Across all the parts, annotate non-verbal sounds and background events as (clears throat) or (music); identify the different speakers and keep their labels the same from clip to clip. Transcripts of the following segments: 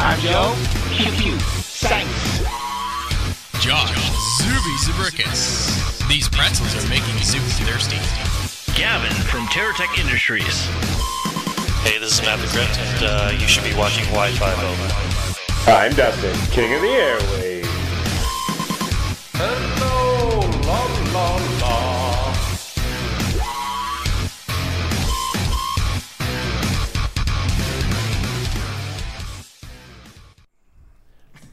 Speaker 1: I'm Joe. Pew pew. Thanks.
Speaker 2: Josh, Zuby Zubricus. These pretzels are making Zuby thirsty.
Speaker 3: Gavin from TerraTech Industries.
Speaker 4: Hey, this is Matt the Crypt, and uh, you should be watching Wi Fi Mobile.
Speaker 5: I'm Dustin, king of the airwaves.
Speaker 6: Hello, la la la.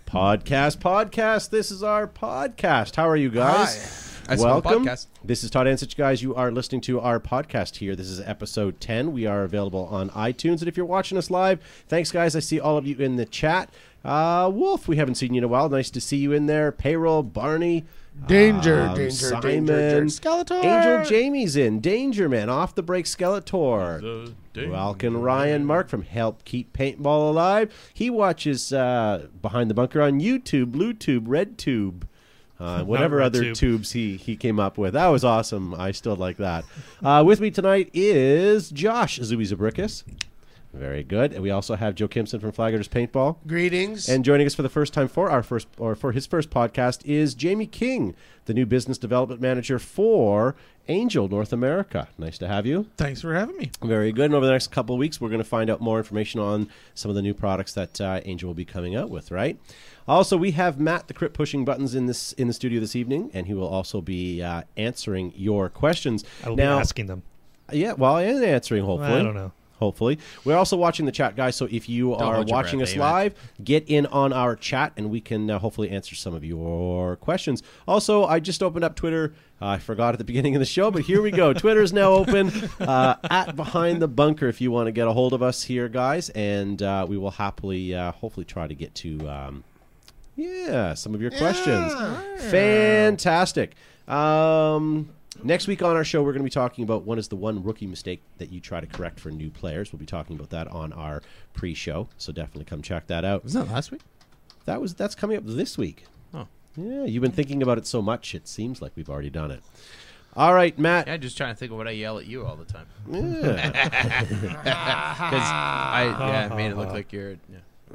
Speaker 7: Podcast, podcast. This is our podcast. How are you guys?
Speaker 8: Hi. I smell
Speaker 7: Welcome.
Speaker 8: podcast.
Speaker 7: This is Todd Ansich, guys. You are listening to our podcast here. This is episode 10. We are available on iTunes. And if you're watching us live, thanks, guys. I see all of you in the chat. Uh, Wolf, we haven't seen you in a while. Nice to see you in there. Payroll, Barney.
Speaker 9: Danger,
Speaker 7: um,
Speaker 9: danger,
Speaker 7: Simon,
Speaker 9: danger, danger. Skeletor.
Speaker 7: Angel Jamie's in. Danger Man, off the break Skeletor. Welcome Ryan Mark from Help Keep Paintball Alive. He watches uh, Behind the Bunker on YouTube, BlueTube, RedTube,
Speaker 3: (laughs)
Speaker 7: uh, whatever
Speaker 3: Not
Speaker 7: other
Speaker 3: RedTube.
Speaker 7: tubes he, he came up with. That was awesome. I still like that. Uh, with me tonight is Josh Zubizabricus. Very good. And we also have Joe Kimson from Flaggers Paintball.
Speaker 9: Greetings.
Speaker 7: And joining us for the first time for our first or for his first podcast is Jamie King, the new business development manager for Angel North America. Nice to have you.
Speaker 8: Thanks for having me.
Speaker 7: Very good. And over the next couple of weeks, we're going to find out more information on some of the new products that uh, Angel will be coming out with. Right. Also, we have Matt the Crypt pushing buttons in this in the studio this evening, and he will also be uh, answering your questions.
Speaker 3: I will
Speaker 7: now,
Speaker 3: be asking them.
Speaker 7: yeah, well, and answering hopefully.
Speaker 3: I don't know.
Speaker 7: Hopefully, we're also watching the chat, guys. So if you are
Speaker 2: hold your
Speaker 7: watching
Speaker 2: breath,
Speaker 7: us
Speaker 2: David.
Speaker 7: live, get in on our chat, and we can uh, hopefully answer some of your questions. Also, I just opened up Twitter. Uh, I forgot at the beginning of the show, but here we go. Twitter is now open uh, at Behind the Bunker if you want to get a hold of us here, guys, and uh, we will happily, uh, hopefully, try to get to. Um, yeah, some of your questions. Fantastic. Um, next week on our show, we're going to be talking about what is the one rookie mistake that you try to correct for new players. We'll be talking about that on our pre-show, so definitely come check that out.
Speaker 8: Was that last week?
Speaker 7: That was that's coming up this week.
Speaker 8: Oh.
Speaker 7: Yeah, you've been thinking about it so much, it seems like we've already done it. All right, Matt.
Speaker 10: Yeah, I'm just trying to think of what I yell at you all the time. (laughs)
Speaker 7: Yeah.
Speaker 10: Because I yeah, made it look like you're.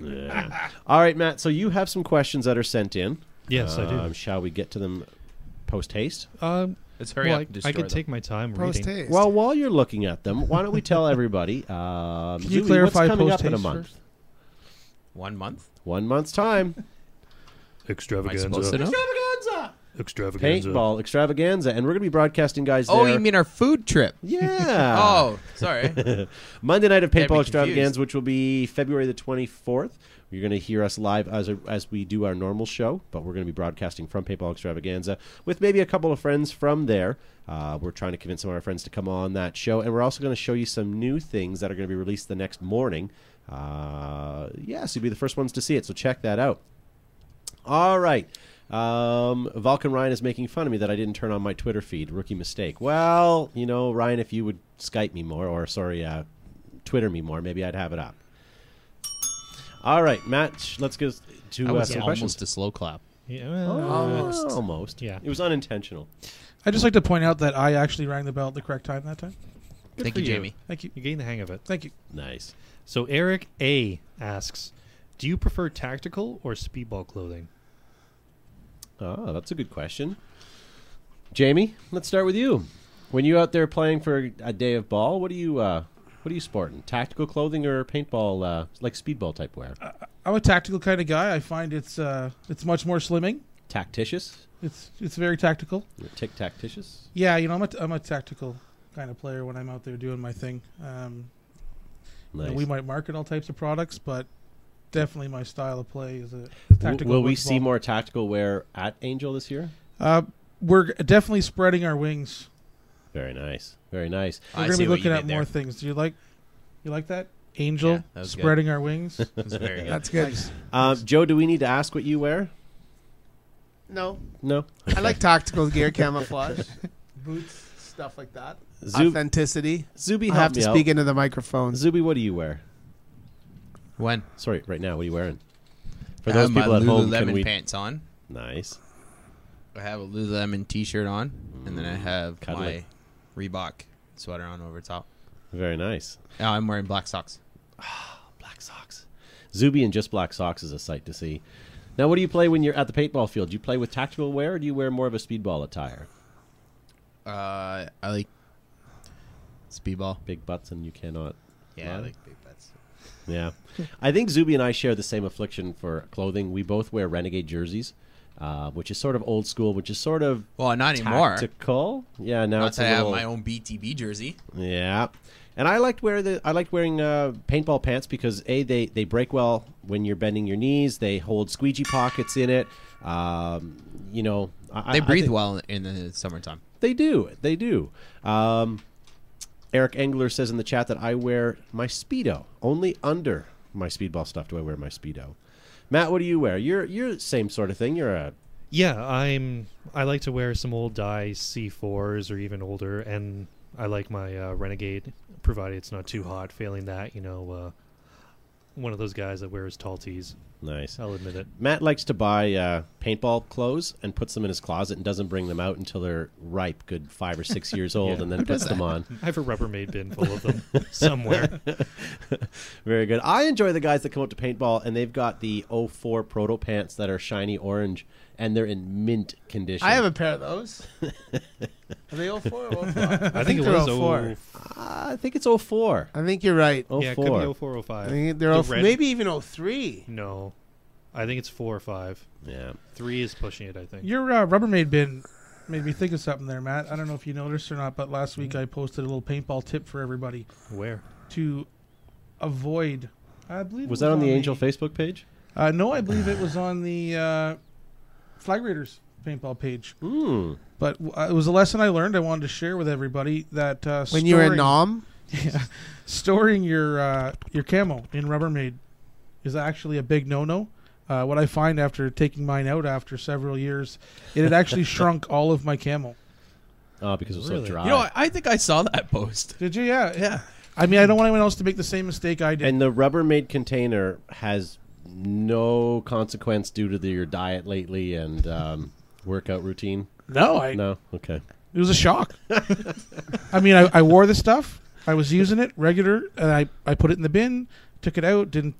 Speaker 10: Yeah.
Speaker 7: All right, Matt. So you have some questions that are sent in.
Speaker 11: Yes, I do.
Speaker 7: Um, shall we get to them post haste?
Speaker 8: Uh,
Speaker 11: Um,
Speaker 10: Let's hurry
Speaker 11: well, I-
Speaker 10: up and
Speaker 11: I,
Speaker 10: destroy
Speaker 11: can
Speaker 10: them.
Speaker 11: take my time
Speaker 9: Post
Speaker 11: reading.
Speaker 9: haste.
Speaker 7: Well, while you're looking at them, why don't we tell everybody? Um,
Speaker 8: Can you
Speaker 7: Zooey,
Speaker 8: clarify
Speaker 7: what's coming up in a
Speaker 8: post-haste
Speaker 7: month?
Speaker 8: first?
Speaker 10: One month?
Speaker 7: One month's time.
Speaker 10: Am I supposed to know?
Speaker 7: Paintball extravaganza, and we're going to be broadcasting, guys.
Speaker 10: Oh,
Speaker 7: there.
Speaker 10: you mean our food trip?
Speaker 7: yeah?
Speaker 10: (laughs) Oh, sorry.
Speaker 7: Monday night of
Speaker 10: Gotta be
Speaker 7: paintball
Speaker 10: confused.
Speaker 7: extravaganza, which will be February the twenty fourth. You're going to hear us live as a, as we do our normal show, but we're going to be broadcasting from paintball extravaganza with maybe a couple of friends from there. Uh, we're trying to convince some of our friends to come on that show, and we're also going to show you some new things that are going to be released the next morning. Uh, yeah, so you'll be the first ones to see it. So check that out. All right. Um, Vulcan Ryan is making fun of me that I didn't turn on my Twitter feed. Rookie mistake. Well, you know, Ryan, if you would Skype me more, or sorry, uh, Twitter me more, maybe I'd have it up. All right, Matt, sh- let's go s-
Speaker 2: I
Speaker 7: to uh,
Speaker 2: was
Speaker 7: some
Speaker 2: almost
Speaker 7: questions.
Speaker 2: a slow clap.
Speaker 11: Yeah, well, Oh.
Speaker 7: Almost. Almost.
Speaker 11: Yeah.
Speaker 7: It was unintentional.
Speaker 8: I'd just like to point out that I actually rang the bell at the correct time that time.
Speaker 10: Thank
Speaker 11: for
Speaker 10: you,
Speaker 11: you.
Speaker 10: Jamie.
Speaker 8: Thank you.
Speaker 11: You're getting the hang of it.
Speaker 8: Thank you.
Speaker 7: Nice.
Speaker 11: So Eric A asks, "Do you prefer tactical or speedball clothing?"
Speaker 7: Oh, that's a good question. Jamie, let's start with you. When you out there playing for a day of ball, what are you uh, what are you sporting? Tactical clothing or paintball, uh, like speedball type wear?
Speaker 8: I'm a tactical kind of guy. I find it's uh, it's much more slimming.
Speaker 7: Tactitious.
Speaker 8: It's it's very tactical.
Speaker 7: Tic tactitious.
Speaker 8: Yeah, you know, I'm a, I'm a tactical kind of player when I'm out there doing my thing. Um, you know,
Speaker 7: Nice.
Speaker 8: we might market all types of products, but definitely my style of play is a
Speaker 7: W-
Speaker 8: tactical.
Speaker 7: Will we
Speaker 8: woods
Speaker 7: see
Speaker 8: ball.
Speaker 7: more tactical wear at Angel this year?
Speaker 8: Uh, we're g- definitely spreading our wings.
Speaker 7: Very nice. Very nice.
Speaker 8: We're
Speaker 10: I
Speaker 8: gonna
Speaker 10: see
Speaker 8: be
Speaker 10: what
Speaker 8: looking
Speaker 10: you
Speaker 8: at
Speaker 10: did
Speaker 8: more (laughs)
Speaker 10: there.
Speaker 8: things. Do you like? You like that? Angel
Speaker 10: Yeah, that was good.
Speaker 8: spreading our wings.
Speaker 10: It's very good.
Speaker 9: That's good.
Speaker 7: Um, Joe, do we need to ask what you wear?
Speaker 9: No,
Speaker 7: No.
Speaker 9: I like tactical gear, camouflage, boots, stuff like that.
Speaker 7: (laughs) Zub-
Speaker 9: Authenticity.
Speaker 7: Zuby,
Speaker 9: You
Speaker 7: help
Speaker 9: have to
Speaker 7: me
Speaker 9: speak
Speaker 7: out.
Speaker 9: into the microphone.
Speaker 7: Zuby, what do you wear?
Speaker 10: When?
Speaker 7: Sorry, right now, what are you wearing? For
Speaker 10: I
Speaker 7: those
Speaker 10: have my
Speaker 7: people at home,
Speaker 10: Lululemon
Speaker 7: can we
Speaker 10: pants on.
Speaker 7: Nice.
Speaker 10: I have a Lululemon T-shirt on, and then I have
Speaker 7: Cuddly.
Speaker 10: my Reebok sweater on over top.
Speaker 7: Very nice.
Speaker 10: Oh, I'm wearing black socks.
Speaker 7: Black socks. Zuby and just black socks is a sight to see. Now, what do you play when you're at the paintball field? Do you play with tactical wear, or do you wear more of a speedball attire?
Speaker 10: Uh, I like speedball.
Speaker 7: Big butts, and you cannot.
Speaker 10: Yeah, I
Speaker 7: lie?
Speaker 10: like big butts.
Speaker 7: Yeah.
Speaker 9: (laughs)
Speaker 7: I think Zuby and I share the same affliction for clothing. We both wear renegade jerseys, uh, which is sort of old school, which is sort of
Speaker 10: well, not anymore.
Speaker 7: Tactical. Yeah, now
Speaker 10: Not
Speaker 7: it's a
Speaker 10: that I have
Speaker 7: little,
Speaker 10: my own BTB jersey.
Speaker 7: Yeah. And I liked wear the I liked wearing uh, paintball pants because a they, they break well when you're bending your knees. They hold squeegee pockets in it. Um, you know, I,
Speaker 10: They
Speaker 7: I- I
Speaker 10: breathe
Speaker 7: think-
Speaker 10: well in the summertime.
Speaker 7: They do. They do. Um, Eric Engler says in the chat that I wear my speedo. Only under my speedball stuff do I wear my speedo. Matt, what do you wear? You're you're same sort of thing. You're a
Speaker 11: Yeah, I'm. I like to wear some old dye C4s or even older, and I like my uh, Renegade, provided it's not too hot. Failing that, you know, uh, one of those guys that wears tall tees.
Speaker 7: nice.
Speaker 11: I'll admit it.
Speaker 7: Matt likes to buy uh, paintball clothes and puts them in his closet and doesn't bring them out until they're ripe, good five
Speaker 11: (laughs)
Speaker 7: or six years old,
Speaker 11: Yeah.
Speaker 7: and then
Speaker 11: Who
Speaker 7: puts
Speaker 11: does
Speaker 7: them
Speaker 11: that?
Speaker 7: on.
Speaker 11: I have a Rubbermaid bin full of them somewhere.
Speaker 7: Very good. I enjoy the guys that come up to paintball and they've got the 04 proto pants that are shiny orange and they're in mint condition.
Speaker 9: I have a pair of those. Are they all four? Or all five?
Speaker 11: I think it
Speaker 9: they're
Speaker 11: was
Speaker 9: all
Speaker 11: oh
Speaker 9: four.
Speaker 7: Uh, I think it's 04.
Speaker 9: I think you're right.
Speaker 7: Oh
Speaker 11: yeah, it
Speaker 7: four.
Speaker 11: could be 04,
Speaker 9: I
Speaker 11: 05.
Speaker 9: think they're
Speaker 11: The
Speaker 9: all
Speaker 11: red-
Speaker 9: maybe even all three.
Speaker 11: No, I think it's four or five.
Speaker 7: Yeah.
Speaker 11: Three is pushing it. I think.
Speaker 8: Your uh, Rubbermaid bin made me think of something there, Matt. I don't know if you noticed or not, but last week I posted a little paintball tip for everybody
Speaker 11: Where?
Speaker 8: to avoid. I believe it
Speaker 7: Was that on the Angel
Speaker 8: the-
Speaker 7: Facebook page?
Speaker 8: Uh, no, I believe it was on the uh, Flag Raiders paintball page.
Speaker 7: Hmm.
Speaker 8: But w- uh, it was a lesson I learned. I wanted to share with everybody that uh,
Speaker 9: When you were in
Speaker 8: storing-
Speaker 9: Nom,
Speaker 8: storing your uh, your camo in Rubbermaid is actually a big no-no. Uh, what I find after taking mine out after several years, it had actually shrunk all of my camo.
Speaker 7: Oh, because it was
Speaker 11: Really?
Speaker 7: so dry.
Speaker 10: You know, I, I think I saw that (laughs) post.
Speaker 8: Did you? Yeah, yeah. I mean, I don't want anyone else to make the same mistake I did.
Speaker 7: and the Rubbermaid container has no consequence due to the, your diet lately and um, workout routine.
Speaker 8: no, I.
Speaker 7: No? Okay.
Speaker 8: It was a shock. I mean, I, I wore the stuff. I was using it regular, and I I put it in the bin, took it out, didn't.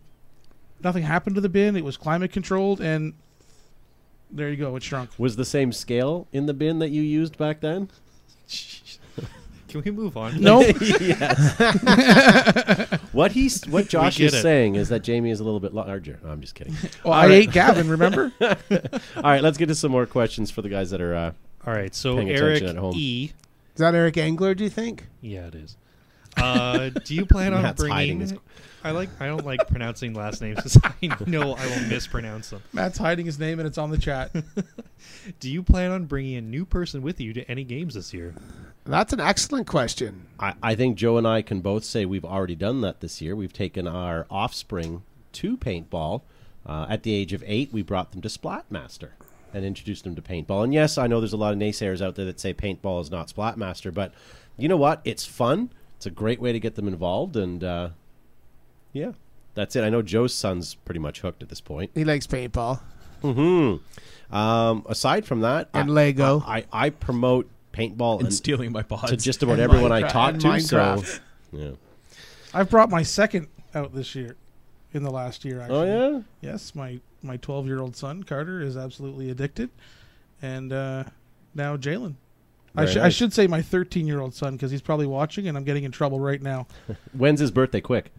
Speaker 8: Nothing happened to the bin. It was climate controlled, and there you go. It
Speaker 7: (laughs)
Speaker 8: shrunk.
Speaker 7: Was the same scale in the bin that you used back then?
Speaker 11: Can we move on?
Speaker 8: No,
Speaker 7: What he's
Speaker 8: (laughs)
Speaker 7: what Josh
Speaker 11: get
Speaker 7: is
Speaker 11: it.
Speaker 7: saying is that Jamie is a little bit larger. No, I'm just kidding.
Speaker 8: well, Oh, I ate Gavin. Remember?
Speaker 7: All right, let's get to some more questions for the guys that are. Uh,
Speaker 11: All right. So
Speaker 7: Paying
Speaker 11: Eric
Speaker 7: attention at home.
Speaker 11: E.
Speaker 9: is that Eric Engler? Do you think?
Speaker 11: Yeah, it is. Uh, do you plan on
Speaker 7: Matt's hiding
Speaker 11: bringing?
Speaker 7: (laughs) his-
Speaker 11: I like. I don't like pronouncing last names because (laughs) I know I will mispronounce them.
Speaker 8: Matt's hiding his name, and it's on the chat.
Speaker 7: (laughs)
Speaker 11: Do you plan on bringing a new person with you to any games this year?
Speaker 9: That's an excellent question.
Speaker 7: I, I think Joe and I can both say we've already done that this year. We've taken our offspring to paintball. Uh, at the age of eight, we brought them to Splatmaster and introduced them to paintball. And yes, I know there's a lot of naysayers out there that say paintball is not Splatmaster, but you know what? It's fun. It's a great way to get them involved, and uh, yeah, that's it. I know Joe's son's pretty much hooked at this point.
Speaker 9: He likes paintball
Speaker 7: Hmm. Um, aside from that,
Speaker 9: and
Speaker 7: I,
Speaker 9: Lego.
Speaker 7: I, I promote paintball
Speaker 10: And
Speaker 7: and
Speaker 10: stealing my pods.
Speaker 7: to just about
Speaker 9: And
Speaker 7: everyone I
Speaker 9: Minecraft-
Speaker 7: talk
Speaker 9: and
Speaker 7: to. So,
Speaker 9: Minecraft.
Speaker 7: yeah.
Speaker 8: I've brought my second out this year, in the last year. Actually.
Speaker 7: Oh yeah.
Speaker 8: Yes, my my 12 year old son Carter is absolutely addicted, and uh, now Jalen. I,
Speaker 7: Very
Speaker 8: sh- I
Speaker 7: nice.
Speaker 8: should say my 13 year old son because he's probably watching, and I'm getting in trouble right now.
Speaker 7: When's his birthday? Quick.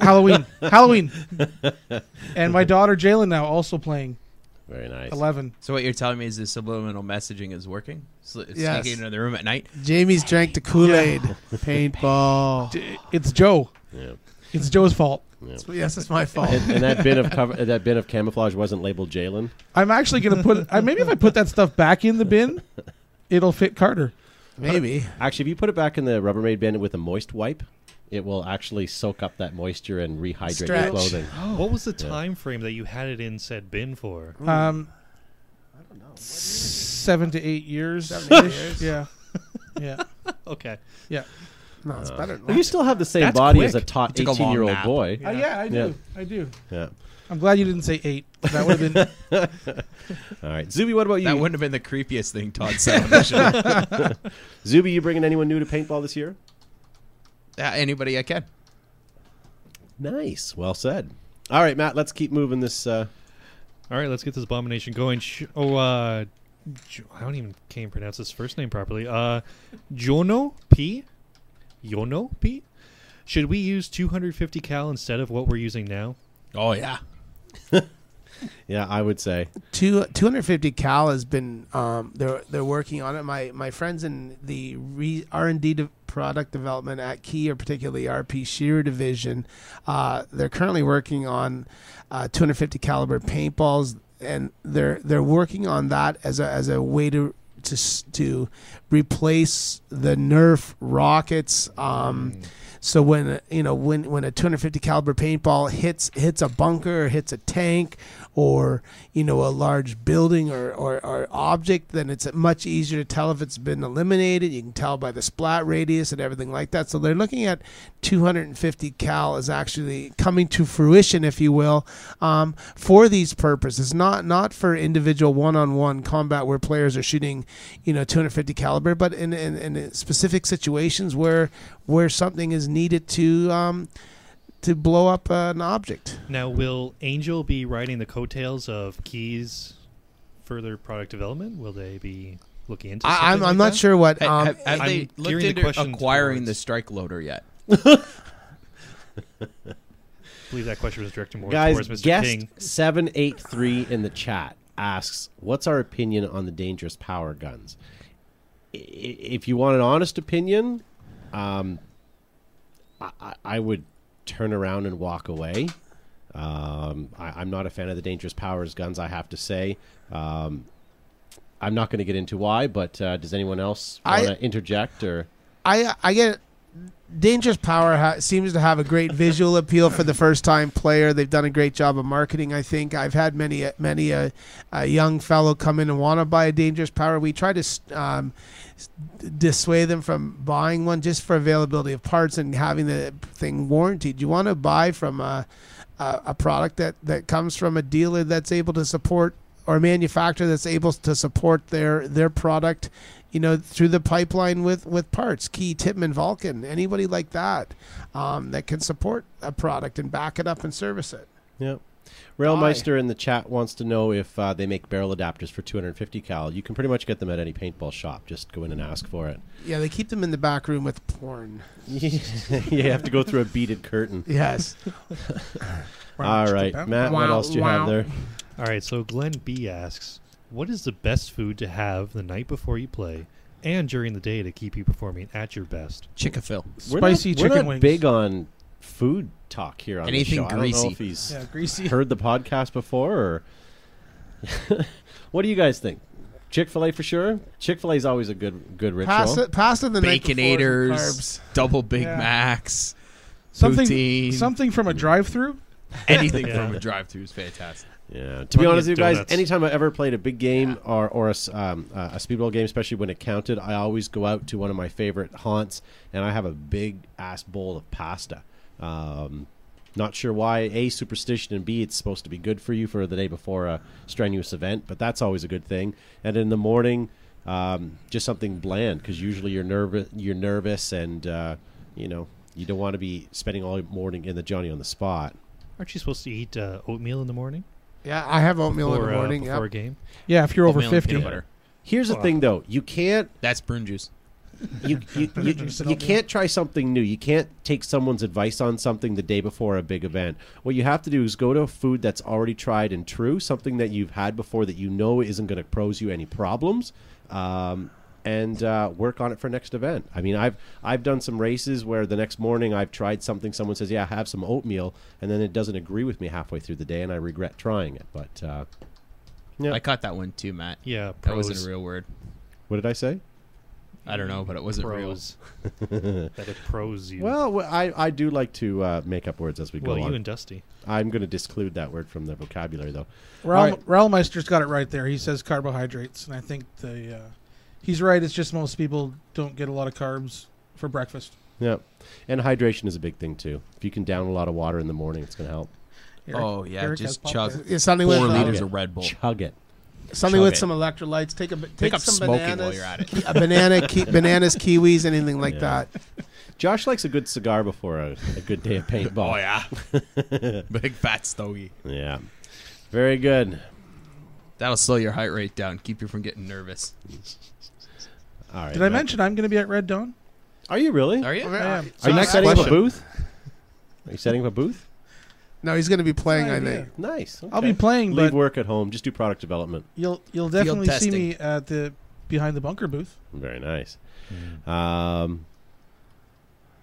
Speaker 8: Halloween, Halloween, and my daughter Jalen now also playing
Speaker 7: Very nice.
Speaker 8: 11.
Speaker 10: so what you're telling me is the subliminal messaging is working? So it's
Speaker 9: Yes.
Speaker 10: sneaking into the room at night.
Speaker 9: Jamie's drank the Kool (laughs) Aid. Paintball.
Speaker 8: D- It's Joe.
Speaker 7: Yeah.
Speaker 8: It's Joe's fault.
Speaker 9: yes, it's my fault.
Speaker 7: And, and that bin of cover, that bin of camouflage wasn't labeled Jalen.
Speaker 8: I'm actually gonna put. I, maybe if I put that stuff back in the bin, it'll fit Carter.
Speaker 9: Maybe.
Speaker 7: Actually, if you put it back in the Rubbermaid bin with a moist wipe, it will actually soak up that moisture and rehydrate
Speaker 9: Stretch.
Speaker 7: your clothing.
Speaker 11: What was the time frame that you had it in said bin for?
Speaker 8: Um, seven to eight years. Yeah, (laughs) yeah.
Speaker 11: Okay.
Speaker 9: No, it's better. than
Speaker 7: You still have the same
Speaker 11: That's
Speaker 7: body
Speaker 11: quick.
Speaker 7: as a taut
Speaker 10: took a long
Speaker 7: Oh, eighteen-year-old
Speaker 10: nap.
Speaker 7: boy.
Speaker 8: Uh, yeah, I do. I do.
Speaker 7: Yeah.
Speaker 8: I'm glad you didn't say eight. That would
Speaker 7: (laughs)
Speaker 8: have been.
Speaker 7: All right, Zuby, what about you?
Speaker 10: (laughs) That wouldn't have been the creepiest thing Todd (laughs) said. on the show.
Speaker 7: Zuby, you bringing anyone new to paintball this year?
Speaker 10: Uh, anybody I can.
Speaker 7: Nice. Well said. All right, Matt, let's keep moving this. Uh...
Speaker 11: All right, let's get this abomination going. Sh- oh, uh, Jo- I don't even can't pronounce his first name properly. Uh, Jono P. Jono P. Should we use 250 cal instead of what we're using now?
Speaker 10: Oh yeah.
Speaker 7: Yeah, I would say.
Speaker 9: Two two hundred fifty cal has been um, they're they're working on it. My my friends in the R and D de- product development at Key, or particularly RP Shear division, uh, they're currently working on uh, two hundred fifty caliber paintballs, and they're they're working on that as a as a way to to s- to replace the Nerf rockets. Um, So when uh, you know when when a 250 caliber paintball hits hits a bunker or hits a tank or you know a large building or, or, or object, then it's much easier to tell if it's been eliminated. You can tell by the splat radius and everything like that. So they're looking at 250 cal is actually coming to fruition, if you will, um, for these purposes. Not not for individual one-on-one combat where players are shooting, you know, 250 caliber, but in in, in specific situations where where something is needed to um, to blow up an object.
Speaker 11: Now, will Angel be riding the coattails of Key's further product development? Will they be looking into?
Speaker 9: I- I'm-
Speaker 11: something like
Speaker 9: I'm not
Speaker 11: that?
Speaker 9: sure what, um,
Speaker 10: have have
Speaker 11: I'm
Speaker 10: they
Speaker 11: gearing
Speaker 10: looked
Speaker 11: the
Speaker 10: into
Speaker 11: question
Speaker 10: acquiring
Speaker 11: towards-
Speaker 10: the strike loader yet?
Speaker 11: I believe that question was directed more
Speaker 7: Guys,
Speaker 11: towards Mr.
Speaker 7: guest
Speaker 11: King.
Speaker 7: 783 in the chat asks, What's our opinion on the dangerous power guns? I- i- If you want an honest opinion, um, I, I- I would turn around and walk away. Um, I, I'm not a fan of the dangerous powers guns, I have to say. Um, I'm not going to get into why, but uh, does anyone else
Speaker 9: I-
Speaker 7: want to interject or.
Speaker 9: I I get Dangerous Power ha- seems to have a great visual appeal for the first time player. They've done a great job of marketing. I think I've had many a- many a, a young fellow come in and want to buy a Dangerous Power. We try to s- um, s- dissuade them from buying one just for availability of parts and having the thing warranted. You want to buy from a, a, a product that that comes from a dealer that's able to support or a manufacturer that's able to support their their product you know through the pipeline with with parts key Tippmann Vulcan anybody like that um, that can support a product and back it up and service it
Speaker 7: Yeah. Railmeister in the chat wants to know if uh, they make barrel adapters for 250 cal. You can pretty much get them at any paintball shop. Just go in and ask for
Speaker 10: (laughs)
Speaker 7: it. (laughs)
Speaker 9: yeah they keep them in the back room with porn
Speaker 7: you have to go through a beaded curtain.
Speaker 9: yes
Speaker 7: All right, Matt. What else do you have there?
Speaker 11: All right, so Glenn B asks, "What is the best food to have the night before you play and during the day to keep you performing at your best?"
Speaker 10: Chick-fil.
Speaker 7: We're not-
Speaker 8: Spicy
Speaker 7: we're
Speaker 8: chicken
Speaker 7: not
Speaker 8: wings.
Speaker 7: big on food talk here on the
Speaker 10: Anything
Speaker 7: show. I don't know
Speaker 10: greasy.
Speaker 7: if he's
Speaker 8: Yeah, greasy.
Speaker 7: heard the podcast before or. (laughs) what do you guys think? Chick Fil A for sure. Chick Fil A is always a good good ritual.
Speaker 9: pasta pasta the night before is
Speaker 10: Baconators, double Big
Speaker 8: Yeah.
Speaker 10: Macs,
Speaker 8: something
Speaker 10: poutine,
Speaker 8: something from a drive-through.
Speaker 10: anything
Speaker 11: Yeah. (laughs)
Speaker 10: from a drive-through is fantastic.
Speaker 7: Yeah. To be
Speaker 11: Plenty
Speaker 7: honest
Speaker 11: of
Speaker 7: with you guys,
Speaker 11: donuts.
Speaker 7: anytime I ever played a big game or or a, s- um, uh, a speedball game, especially when it counted, I always go out to one of my favorite haunts and I have a big ass bowl of pasta. Um, not sure why. A superstition and B, it's supposed to be good for you for the day before a strenuous event, but that's always a good thing. And in the morning, um, just something bland because usually you're nervous. You're nervous, and uh, you know you don't want to be spending all morning in the Johnny on the spot.
Speaker 11: Aren't you supposed to eat uh, oatmeal in the morning
Speaker 9: yeah I have oatmeal
Speaker 11: or uh,
Speaker 9: in the morning
Speaker 11: before a
Speaker 9: yep.
Speaker 11: game?
Speaker 8: Yeah, if you're over
Speaker 10: Oatmeal and
Speaker 8: fifty.
Speaker 10: peanut butter.
Speaker 7: Here's the
Speaker 11: Wow.
Speaker 7: thing, though. You can't
Speaker 10: That's prune juice.
Speaker 7: you, you, you,
Speaker 8: Interested
Speaker 7: you
Speaker 8: on the-
Speaker 7: can't try something new. You can't take someone's advice on something the day before a big event. What you have to do is go to a food that's already tried and true, something that you've had before that you know isn't going to pose you any problems, um, and uh, work on it for next event. I mean, I've I've done some races where the next morning I've tried something. Someone says, "Yeah, have some oatmeal," and then it doesn't agree with me halfway through the day, and I regret trying it. But uh, Yeah.
Speaker 10: I caught that one too, Matt.
Speaker 11: Yeah,
Speaker 10: that
Speaker 11: pros.
Speaker 10: wasn't a real word.
Speaker 7: what did I say?
Speaker 10: I don't know, but it wasn't real.
Speaker 11: Pros. that it pros you.
Speaker 7: Well, w- I, I do like to uh, make up words as we go
Speaker 11: well,
Speaker 7: along.
Speaker 11: you and Dusty.
Speaker 7: I'm going to disclude that word from the vocabulary, though. All
Speaker 8: Raul,
Speaker 7: right.
Speaker 8: Raulmeister's got it right there. He says carbohydrates, and I think the uh, he's right. It's just most people don't get a lot of carbs for breakfast.
Speaker 7: Yeah. And hydration is a big thing, too. If you can down a lot of water in the morning, it's going to help.
Speaker 9: Eric-
Speaker 10: Oh, yeah,
Speaker 9: Eric has
Speaker 10: just
Speaker 9: pop
Speaker 10: chug
Speaker 9: there. Yeah, something with
Speaker 10: four
Speaker 9: uh,
Speaker 10: liters of Red Bull.
Speaker 7: Chug it.
Speaker 9: Something
Speaker 10: Chug
Speaker 9: with
Speaker 10: it.
Speaker 9: some electrolytes. Take a b-
Speaker 10: Pick
Speaker 9: take
Speaker 10: up
Speaker 9: some
Speaker 10: smoking while
Speaker 9: bananas,
Speaker 10: you're at it.
Speaker 9: ki-
Speaker 10: (laughs)
Speaker 9: a banana, ki- bananas, kiwis, anything like that.
Speaker 7: Josh likes a good cigar before a, a good day of paintball.
Speaker 10: Oh, yeah. (laughs) Big fat stogie.
Speaker 7: yeah. Very good.
Speaker 10: That'll slow your heart rate down, keep you from getting nervous.
Speaker 7: All right.
Speaker 8: Did I
Speaker 7: Matt.
Speaker 8: mention I'm going to be at Red Dawn?
Speaker 7: Are you really?
Speaker 10: Are you?
Speaker 8: I am.
Speaker 7: Are you
Speaker 9: next
Speaker 7: setting up a
Speaker 4: question.
Speaker 7: booth? Are you setting up a booth?
Speaker 9: No, he's going to be playing. I
Speaker 8: idea.
Speaker 9: think.
Speaker 7: Nice.
Speaker 8: I'll be
Speaker 7: okay.
Speaker 8: playing,
Speaker 7: Leave
Speaker 8: but
Speaker 7: work at home. Just do product development.
Speaker 8: you'll you'll definitely see
Speaker 10: testing.
Speaker 8: me at the behind the bunker booth.
Speaker 7: Very nice. Um,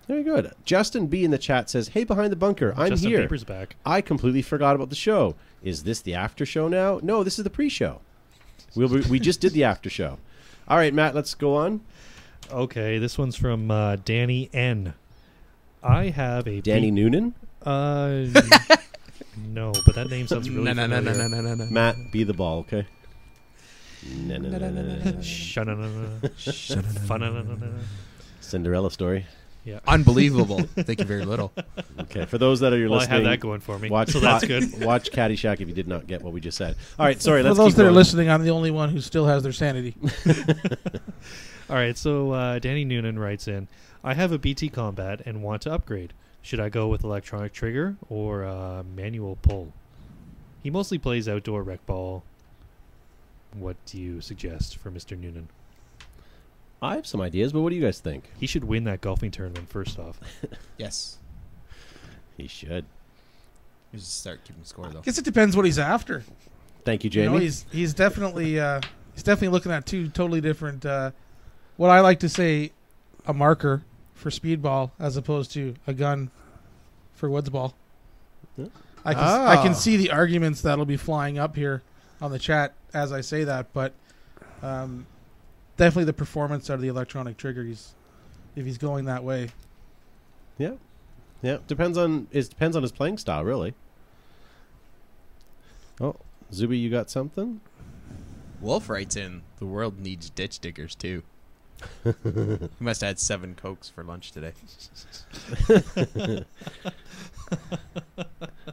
Speaker 7: very good. Justin B in the chat says, "Hey, behind the bunker, I'm
Speaker 11: Justin
Speaker 7: here.
Speaker 11: Bieber's back.
Speaker 7: I completely forgot about the show. Is this the after show now? No, this is the pre-show. We'll be, we just did the after show. All right, Matt, let's go on.
Speaker 11: Okay, this one's from uh, Danny N. I have a beat-
Speaker 7: Danny Noonan, (laughs)
Speaker 11: Uh, no, but that name sounds really familiar.
Speaker 10: no, no.
Speaker 7: Matt, be the ball, okay? Na- na- na- na-
Speaker 8: (laughs)
Speaker 7: na- (laughs) na.
Speaker 11: Shananana. Fananana.
Speaker 7: Cinderella story.
Speaker 10: Unbelievable. Thank you very little.
Speaker 7: Okay, for those that are
Speaker 11: Well, I
Speaker 7: listening,
Speaker 11: have that going for me.
Speaker 7: watch
Speaker 11: so that's
Speaker 7: Ca-
Speaker 11: good.
Speaker 7: (laughs) Watch Caddyshack if you did not get what we just said. All right, sorry. Let's
Speaker 8: For those
Speaker 7: keep
Speaker 8: that are
Speaker 7: going.
Speaker 8: listening, I'm the only one who still has their sanity.
Speaker 11: All right, so uh, Danny Noonan writes in I have a BT Combat and want to upgrade. Should I go with electronic trigger or uh, manual pull? He mostly plays outdoor rec ball. What do you suggest for Mr. Noonan?
Speaker 7: I have some ideas, but what do you guys think?
Speaker 11: He should win that golfing tournament first off.
Speaker 10: Yes.
Speaker 7: He should.
Speaker 10: You just start keeping score, though.
Speaker 8: guess it depends what he's after.
Speaker 7: Thank you,
Speaker 8: You know,
Speaker 7: Jamie.
Speaker 8: he's he's definitely uh, he's definitely looking at two totally different. Uh, what I like to say, a marker for speedball as opposed to a gun for woods ball.
Speaker 7: Yeah.
Speaker 8: I can I
Speaker 9: Ah.
Speaker 8: can see the arguments that'll be flying up here on the chat as I say that, but um, definitely the performance out of the electronic trigger. He's if he's going that way.
Speaker 7: yeah, depends on it depends on his playing style, really. Oh, Zuby, you got something?
Speaker 10: Wolf writes in, the world needs ditch
Speaker 7: (laughs)
Speaker 10: diggers, too. he must have had seven Cokes for lunch today.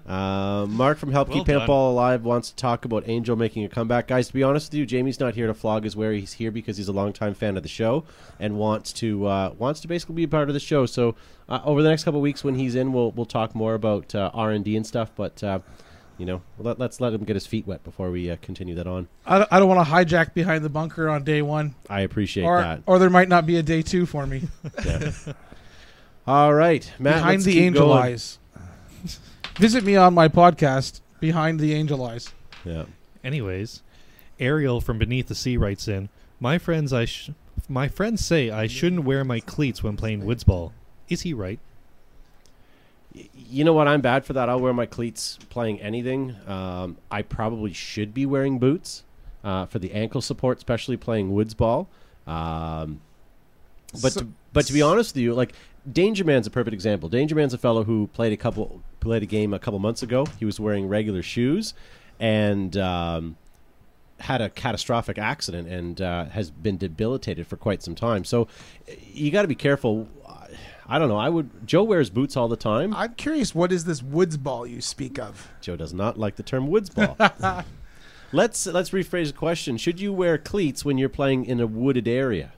Speaker 7: Uh, Mark from Help
Speaker 11: Well
Speaker 7: Keep
Speaker 11: done.
Speaker 7: Paintball Alive wants to talk about Angel making a comeback. Guys, to be honest with you, Jamie's not here to flog his where. He's here because he's a longtime fan of the show and wants to uh, wants to basically be a part of the show. So uh, over the next couple of weeks when he's in, we'll we'll talk more about uh, R and D and stuff. But uh, you know, let, let's let him get his feet wet before we uh, continue that on.
Speaker 8: I don't, I don't want to hijack behind the bunker on day one,
Speaker 7: I appreciate
Speaker 8: or
Speaker 7: that.
Speaker 8: or there might not be a day two for me.
Speaker 7: Yeah. All right, Matt.
Speaker 8: behind
Speaker 7: let's
Speaker 8: the
Speaker 7: keep
Speaker 8: angel
Speaker 7: going.
Speaker 8: eyes. (laughs) Visit me on my podcast, Behind the Angel Eyes.
Speaker 7: Yeah.
Speaker 11: Anyways, Ariel from Beneath the Sea writes in, "My friends, I sh- my friends say I shouldn't wear my cleats when playing woods ball. Is he right?
Speaker 7: Y- You know what? I'm bad for that. I'll wear my cleats playing anything. Um, I probably should be wearing boots uh, for the ankle support, especially playing woods ball. Um, but
Speaker 9: So-
Speaker 7: to, but to be honest with you, like Danger Man's a perfect example. Danger Man's a fellow who played a couple played a game a couple months ago. He was wearing regular shoes, and um, had a catastrophic accident and uh, has been debilitated for quite some time. So eh, you got to be careful. I don't know. I would. Joe wears boots all the time.
Speaker 9: I'm curious, what is this woods ball you speak of?
Speaker 7: Joe does not like the term woods (laughs) ball. let's let's rephrase the question. Should you wear cleats when you're playing in a wooded area?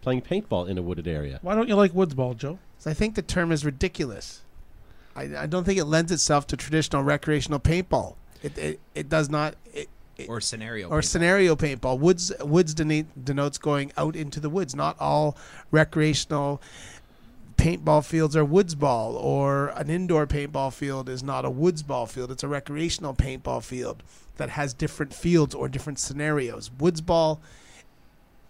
Speaker 7: Playing paintball in a wooded area.
Speaker 8: Why don't you like Woods Ball, Joe?
Speaker 9: So I think the term is ridiculous. I, I don't think it lends itself to traditional recreational paintball. It it, it does not. It, it,
Speaker 10: Or scenario.
Speaker 9: or
Speaker 10: paintball.
Speaker 9: scenario paintball. Woods woods dene- denotes going out into the woods. Not all recreational paintball fields are woods ball, or an indoor paintball field is not a woods ball field. It's a recreational paintball field that has different fields or different scenarios. Woods ball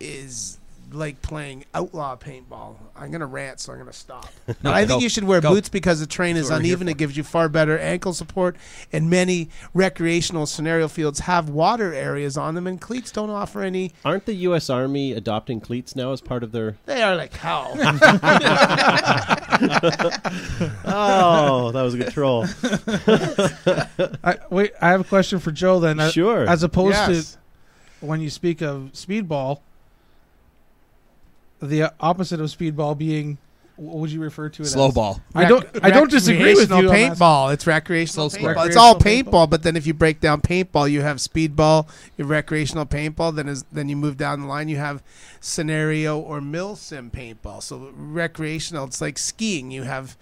Speaker 9: is like playing outlaw paintball. I'm gonna rant, so I'm
Speaker 10: (laughs)
Speaker 9: gonna stop. But I
Speaker 10: go.
Speaker 9: think you should wear
Speaker 10: Go.
Speaker 9: boots because the terrain is
Speaker 10: what we're here
Speaker 9: uneven.
Speaker 10: for.
Speaker 9: It gives you far better ankle support, and many recreational scenario fields have water areas on them, and cleats don't offer any.
Speaker 7: Aren't the U.S. Army adopting cleats now as part of their?
Speaker 9: They are like hell.
Speaker 7: Oh, that was a good troll.
Speaker 8: (laughs) I, wait, I have a question for Joe then. Uh,
Speaker 7: Sure.
Speaker 8: As opposed
Speaker 9: yes.
Speaker 8: to when you speak of speedball, the uh, opposite of speedball being what would you refer to it?
Speaker 10: Slow
Speaker 8: as?
Speaker 10: ball.
Speaker 8: I don't. I don't disagree with you.
Speaker 9: Recreational
Speaker 8: on that.
Speaker 9: paintball. It's recreational
Speaker 8: Slow
Speaker 9: paintball.
Speaker 8: square.
Speaker 9: It's all
Speaker 8: Recreational
Speaker 9: paintball, but then if you break down paintball, you have speedball, you have recreational paintball. Then is then you move down the line, you have scenario or mill sim paintball. So recreational, it's like skiing. You have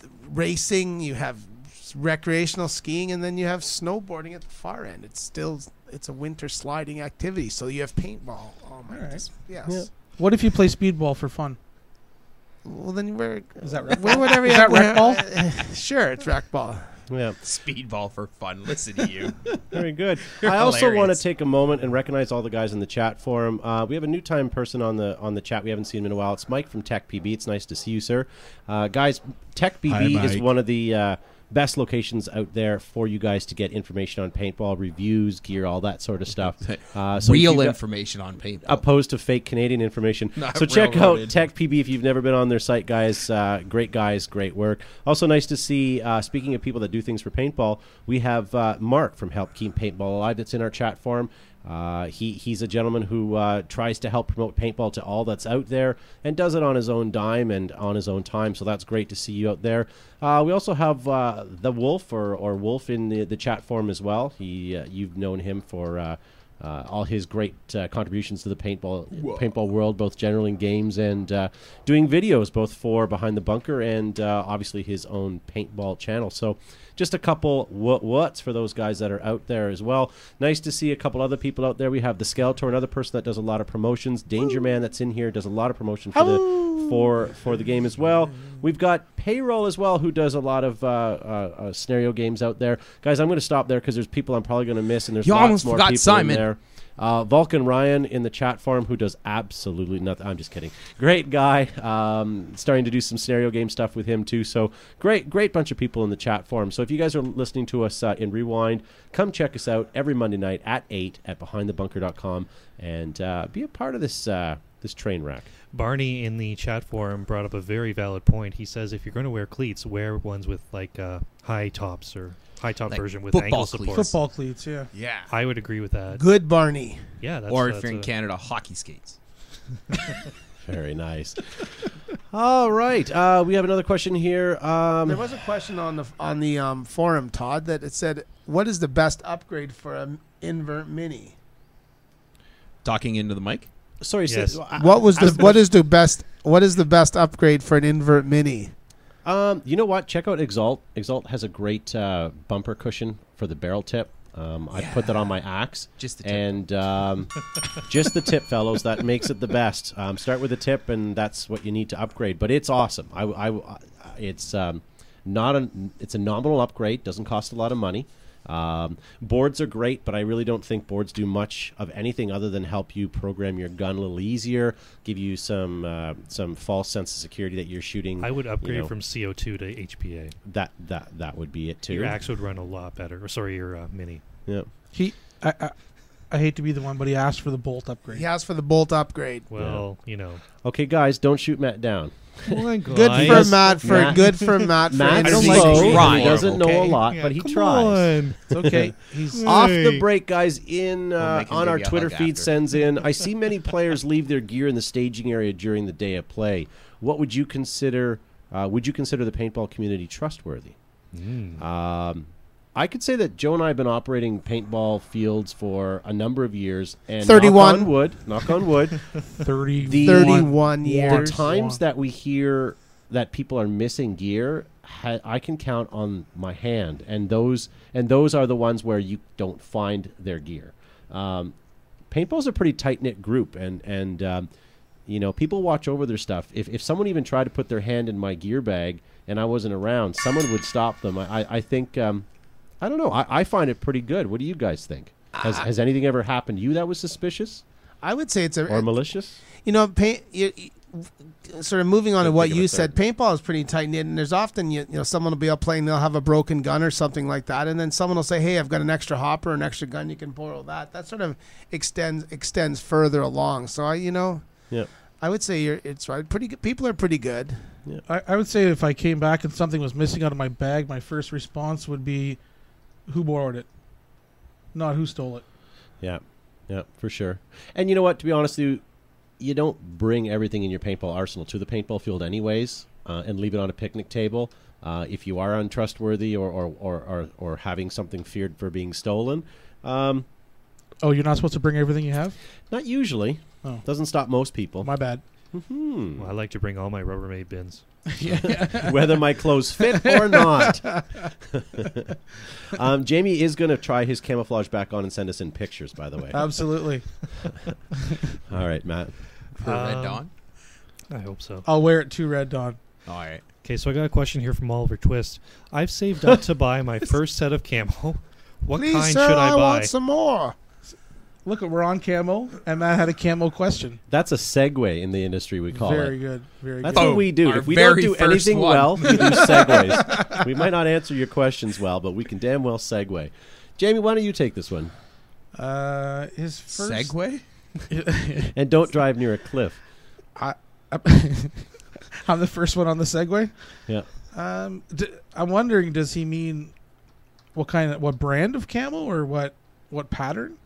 Speaker 9: th- racing, you have s- recreational skiing, and then you have snowboarding at the far end. It's still it's a winter sliding activity. So you have paintball. Oh my, this- yes.
Speaker 8: Yeah. What if you play speedball for fun?
Speaker 9: Well, then we're
Speaker 8: is
Speaker 9: (laughs)
Speaker 8: that rec-
Speaker 9: we're whatever.
Speaker 8: is
Speaker 9: you-
Speaker 8: that rec
Speaker 9: we're-
Speaker 8: ball?
Speaker 9: (laughs) sure, it's rec ball.
Speaker 7: (laughs) Yeah.
Speaker 10: Speedball for fun. Listen to
Speaker 7: (laughs)
Speaker 10: you.
Speaker 7: Very good.
Speaker 10: (laughs) You're
Speaker 7: I also want
Speaker 10: hilarious.
Speaker 7: to take a moment and recognize all the guys in the chat forum. Uh, we have a new time person on the on the chat. We haven't seen him in a while. It's Mike from Tech PB. It's nice to see you, sir. Uh, guys, Tech PB
Speaker 12: Hi,
Speaker 7: is
Speaker 12: Mike.
Speaker 7: one of the uh, best locations out there for you guys to get information on paintball reviews, gear, all that sort of stuff. Uh, if
Speaker 10: Real
Speaker 7: you got-
Speaker 10: information on paintball.
Speaker 7: opposed to fake Canadian information.
Speaker 10: Not
Speaker 7: so check out
Speaker 10: railroaded.
Speaker 7: Tech PB if you've never been on their site, guys. Uh, great guys, great work. Also nice to see. Uh, speaking of people that do things for paintball, we have uh, Mark from Help Keep Paintball Alive that's in our chat forum. Uh, he he's a gentleman who uh, tries to help promote paintball to all that's out there and does it on his own dime and on his own time. So that's great to see you out there. Uh, we also have uh, the Wolf or, or Wolf in the, the chat forum as well. He uh, you've known him for uh, uh, all his great uh, contributions to the paintball
Speaker 12: Whoa.
Speaker 7: paintball world, both generaling games and uh, doing videos, both for Behind the Bunker and uh, obviously his own paintball channel. So, just a couple what whats for those guys that are out there as well. Nice to see a couple other people out there. We have the Skeletor, another person that does a lot of promotions. Danger Man, that's in here, does a lot of promotion for the for for the game as well. We've got payroll as well, who does a lot of uh, uh, uh, scenario games out there. Guys, I'm going to stop there because there's people I'm probably going to miss, and there's
Speaker 10: You
Speaker 7: lots
Speaker 10: almost
Speaker 7: more
Speaker 10: forgot
Speaker 7: people in
Speaker 10: Simon.
Speaker 7: there. Uh, Vulcan Ryan in the chat forum, who does absolutely nothing. I'm just kidding. Great guy. Um, starting to do some scenario game stuff with him too. So great, great bunch of people in the chat forum. So if you guys are listening to us uh, in Rewind, come check us out every Monday night at eight at BehindTheBunker.com and uh, be a part of this uh, this train wreck.
Speaker 11: Barney in the chat forum brought up a very valid point. He says if you're going to wear cleats, wear ones with like uh, high tops or high top
Speaker 10: Like
Speaker 11: version with
Speaker 10: football
Speaker 11: ankle
Speaker 10: cleats.
Speaker 11: support.
Speaker 8: Football cleats, yeah.
Speaker 10: Yeah.
Speaker 11: I would agree with that.
Speaker 9: Good Barney.
Speaker 11: Yeah, that's,
Speaker 10: or if
Speaker 11: that's
Speaker 10: you're in
Speaker 11: a-
Speaker 10: Canada, hockey skates.
Speaker 7: Very
Speaker 9: (laughs)
Speaker 7: nice. All right, uh, we have another question here. Um,
Speaker 9: There was a question on the on the um, forum, Todd, that it said, "What is the best upgrade for an invert mini?"
Speaker 10: Talking into the mic.
Speaker 7: Sorry, say- Yes. I-
Speaker 9: What was the
Speaker 7: ask the
Speaker 9: what is the best what is the best upgrade for an invert mini?
Speaker 7: Um, you know what? Check out Exalt. Exalt has a great uh, bumper cushion for the barrel tip. Um, I put that on my axe,
Speaker 10: Just the
Speaker 7: tip. and um, just the tip, fellows. That makes it the best. Um, start with the tip, and that's what you need to upgrade. But it's awesome. I, I- I- it's um, not a, it's a nominal upgrade. Doesn't cost a lot of money. Um, boards are great, but I really don't think boards do much of anything other than help you program your gun a little easier, give you some uh, some false sense of security that you're shooting.
Speaker 11: I would
Speaker 7: you
Speaker 11: upgrade
Speaker 7: know,
Speaker 11: from CO2 to HPA.
Speaker 7: that that that would be it too.
Speaker 11: Your axe would run a lot better. Or sorry, your uh, mini.
Speaker 7: Yeah.
Speaker 8: He, I, I, I hate to be the one, but he asked for the bolt upgrade.
Speaker 9: He asked for the bolt upgrade.
Speaker 11: Well, you know.
Speaker 7: Okay, guys, don't shoot Matt down.
Speaker 11: Good
Speaker 9: Good
Speaker 11: (laughs)
Speaker 9: for Matt for good for Matt. for
Speaker 7: Matt's
Speaker 9: intervening.
Speaker 7: slow, and He doesn't know a lot, but he tries. (laughs)
Speaker 8: It's
Speaker 9: (laughs)
Speaker 8: okay. He's
Speaker 7: off the break, guys. In uh,
Speaker 8: make him
Speaker 7: on
Speaker 8: give
Speaker 7: our
Speaker 8: you a
Speaker 7: Twitter
Speaker 8: hug
Speaker 7: feed
Speaker 8: after.
Speaker 7: sends in. I
Speaker 8: (laughs)
Speaker 7: see many players leave their gear in the staging area during the day of play. What would you consider? Uh, would you consider the paintball community trustworthy?
Speaker 8: Hmm.
Speaker 7: Um, I could say that Joe and I have been operating paintball fields for a number of years. And knock
Speaker 9: 31.
Speaker 7: on wood. Knock
Speaker 8: (laughs)
Speaker 7: on wood.
Speaker 8: Thirty.
Speaker 7: The-
Speaker 9: 31
Speaker 7: the
Speaker 9: years.
Speaker 7: times that we hear that people are missing gear, ha- I can count on my hand, and those and those are the ones where you don't find their gear. Um, paintball's a pretty tight knit group, and and um, you know people watch over their stuff. If if someone even tried to put their hand in my gear bag and I wasn't around, someone would stop them. I I, I think um, I don't know. I, I find it pretty good. What do you guys think? Has, has anything ever happened to you that was suspicious
Speaker 9: I would say it's a
Speaker 7: or malicious?
Speaker 9: you know, paint. You, you- sort of moving on to what
Speaker 7: think of
Speaker 9: you
Speaker 7: a
Speaker 9: said, paintball is pretty tight knit, and there's often you, you know someone will be out playing, they'll have a broken gun or something like that, and then someone will say, "Hey, I've got an extra hopper, or an extra gun, you can borrow that." That sort of extends extends further along. So I, you know,
Speaker 7: Yeah.
Speaker 9: I would say you're it's right. Pretty good. People are pretty good.
Speaker 8: I, I would say if I came back and something was missing out of my bag, my first response would be, "Who borrowed it?" Not who stole it.
Speaker 7: Yeah, yeah, for sure. And you know what? To be honest with you, you don't bring everything in your paintball arsenal to the paintball field anyways uh, and leave it on a picnic table. Uh, if you are untrustworthy or or, or, or or having something feared for being stolen, um,
Speaker 8: Oh, you're not supposed to bring everything you have.
Speaker 7: not usually.
Speaker 8: Oh.
Speaker 7: Doesn't stop most people.
Speaker 8: My bad.
Speaker 7: Hmm.
Speaker 11: Well, I like to bring all my Rubbermaid bins.
Speaker 7: (laughs) whether my clothes fit
Speaker 8: (laughs)
Speaker 7: or not. um, Jamie is going to try his camouflage back on and send us in pictures, by the way.
Speaker 8: Uh, Absolutely.
Speaker 7: All right, Matt.
Speaker 10: For Red
Speaker 11: Um,
Speaker 10: Dawn?
Speaker 11: I hope so.
Speaker 8: I'll wear it to Red Dawn.
Speaker 10: All right.
Speaker 11: Okay, so I got a question here from Oliver Twist. I've saved up to buy my first set of camo. What
Speaker 9: Please,
Speaker 11: kind
Speaker 9: sir,
Speaker 11: should I,
Speaker 9: I,
Speaker 11: buy?
Speaker 9: want some more.
Speaker 8: Look, we're on camo, and Matt had a camo question.
Speaker 7: That's a segue in the industry, we call
Speaker 8: very
Speaker 7: it.
Speaker 8: good. Very
Speaker 7: That's
Speaker 8: good.
Speaker 7: what we do.
Speaker 10: Our
Speaker 7: If we don't
Speaker 10: very
Speaker 7: do
Speaker 10: first
Speaker 7: anything
Speaker 10: one.
Speaker 7: well,
Speaker 8: (laughs)
Speaker 7: we do segues. we might not answer your questions well, but we can damn well segue. Jamie, why don't you take this one?
Speaker 8: Uh, his first.
Speaker 10: Segway?
Speaker 7: And don't drive near a cliff.
Speaker 8: (laughs) I'm the first one on the Segway.
Speaker 7: Yeah.
Speaker 8: Um, d- I'm wondering, does he mean what kind of what brand of camel or what what pattern?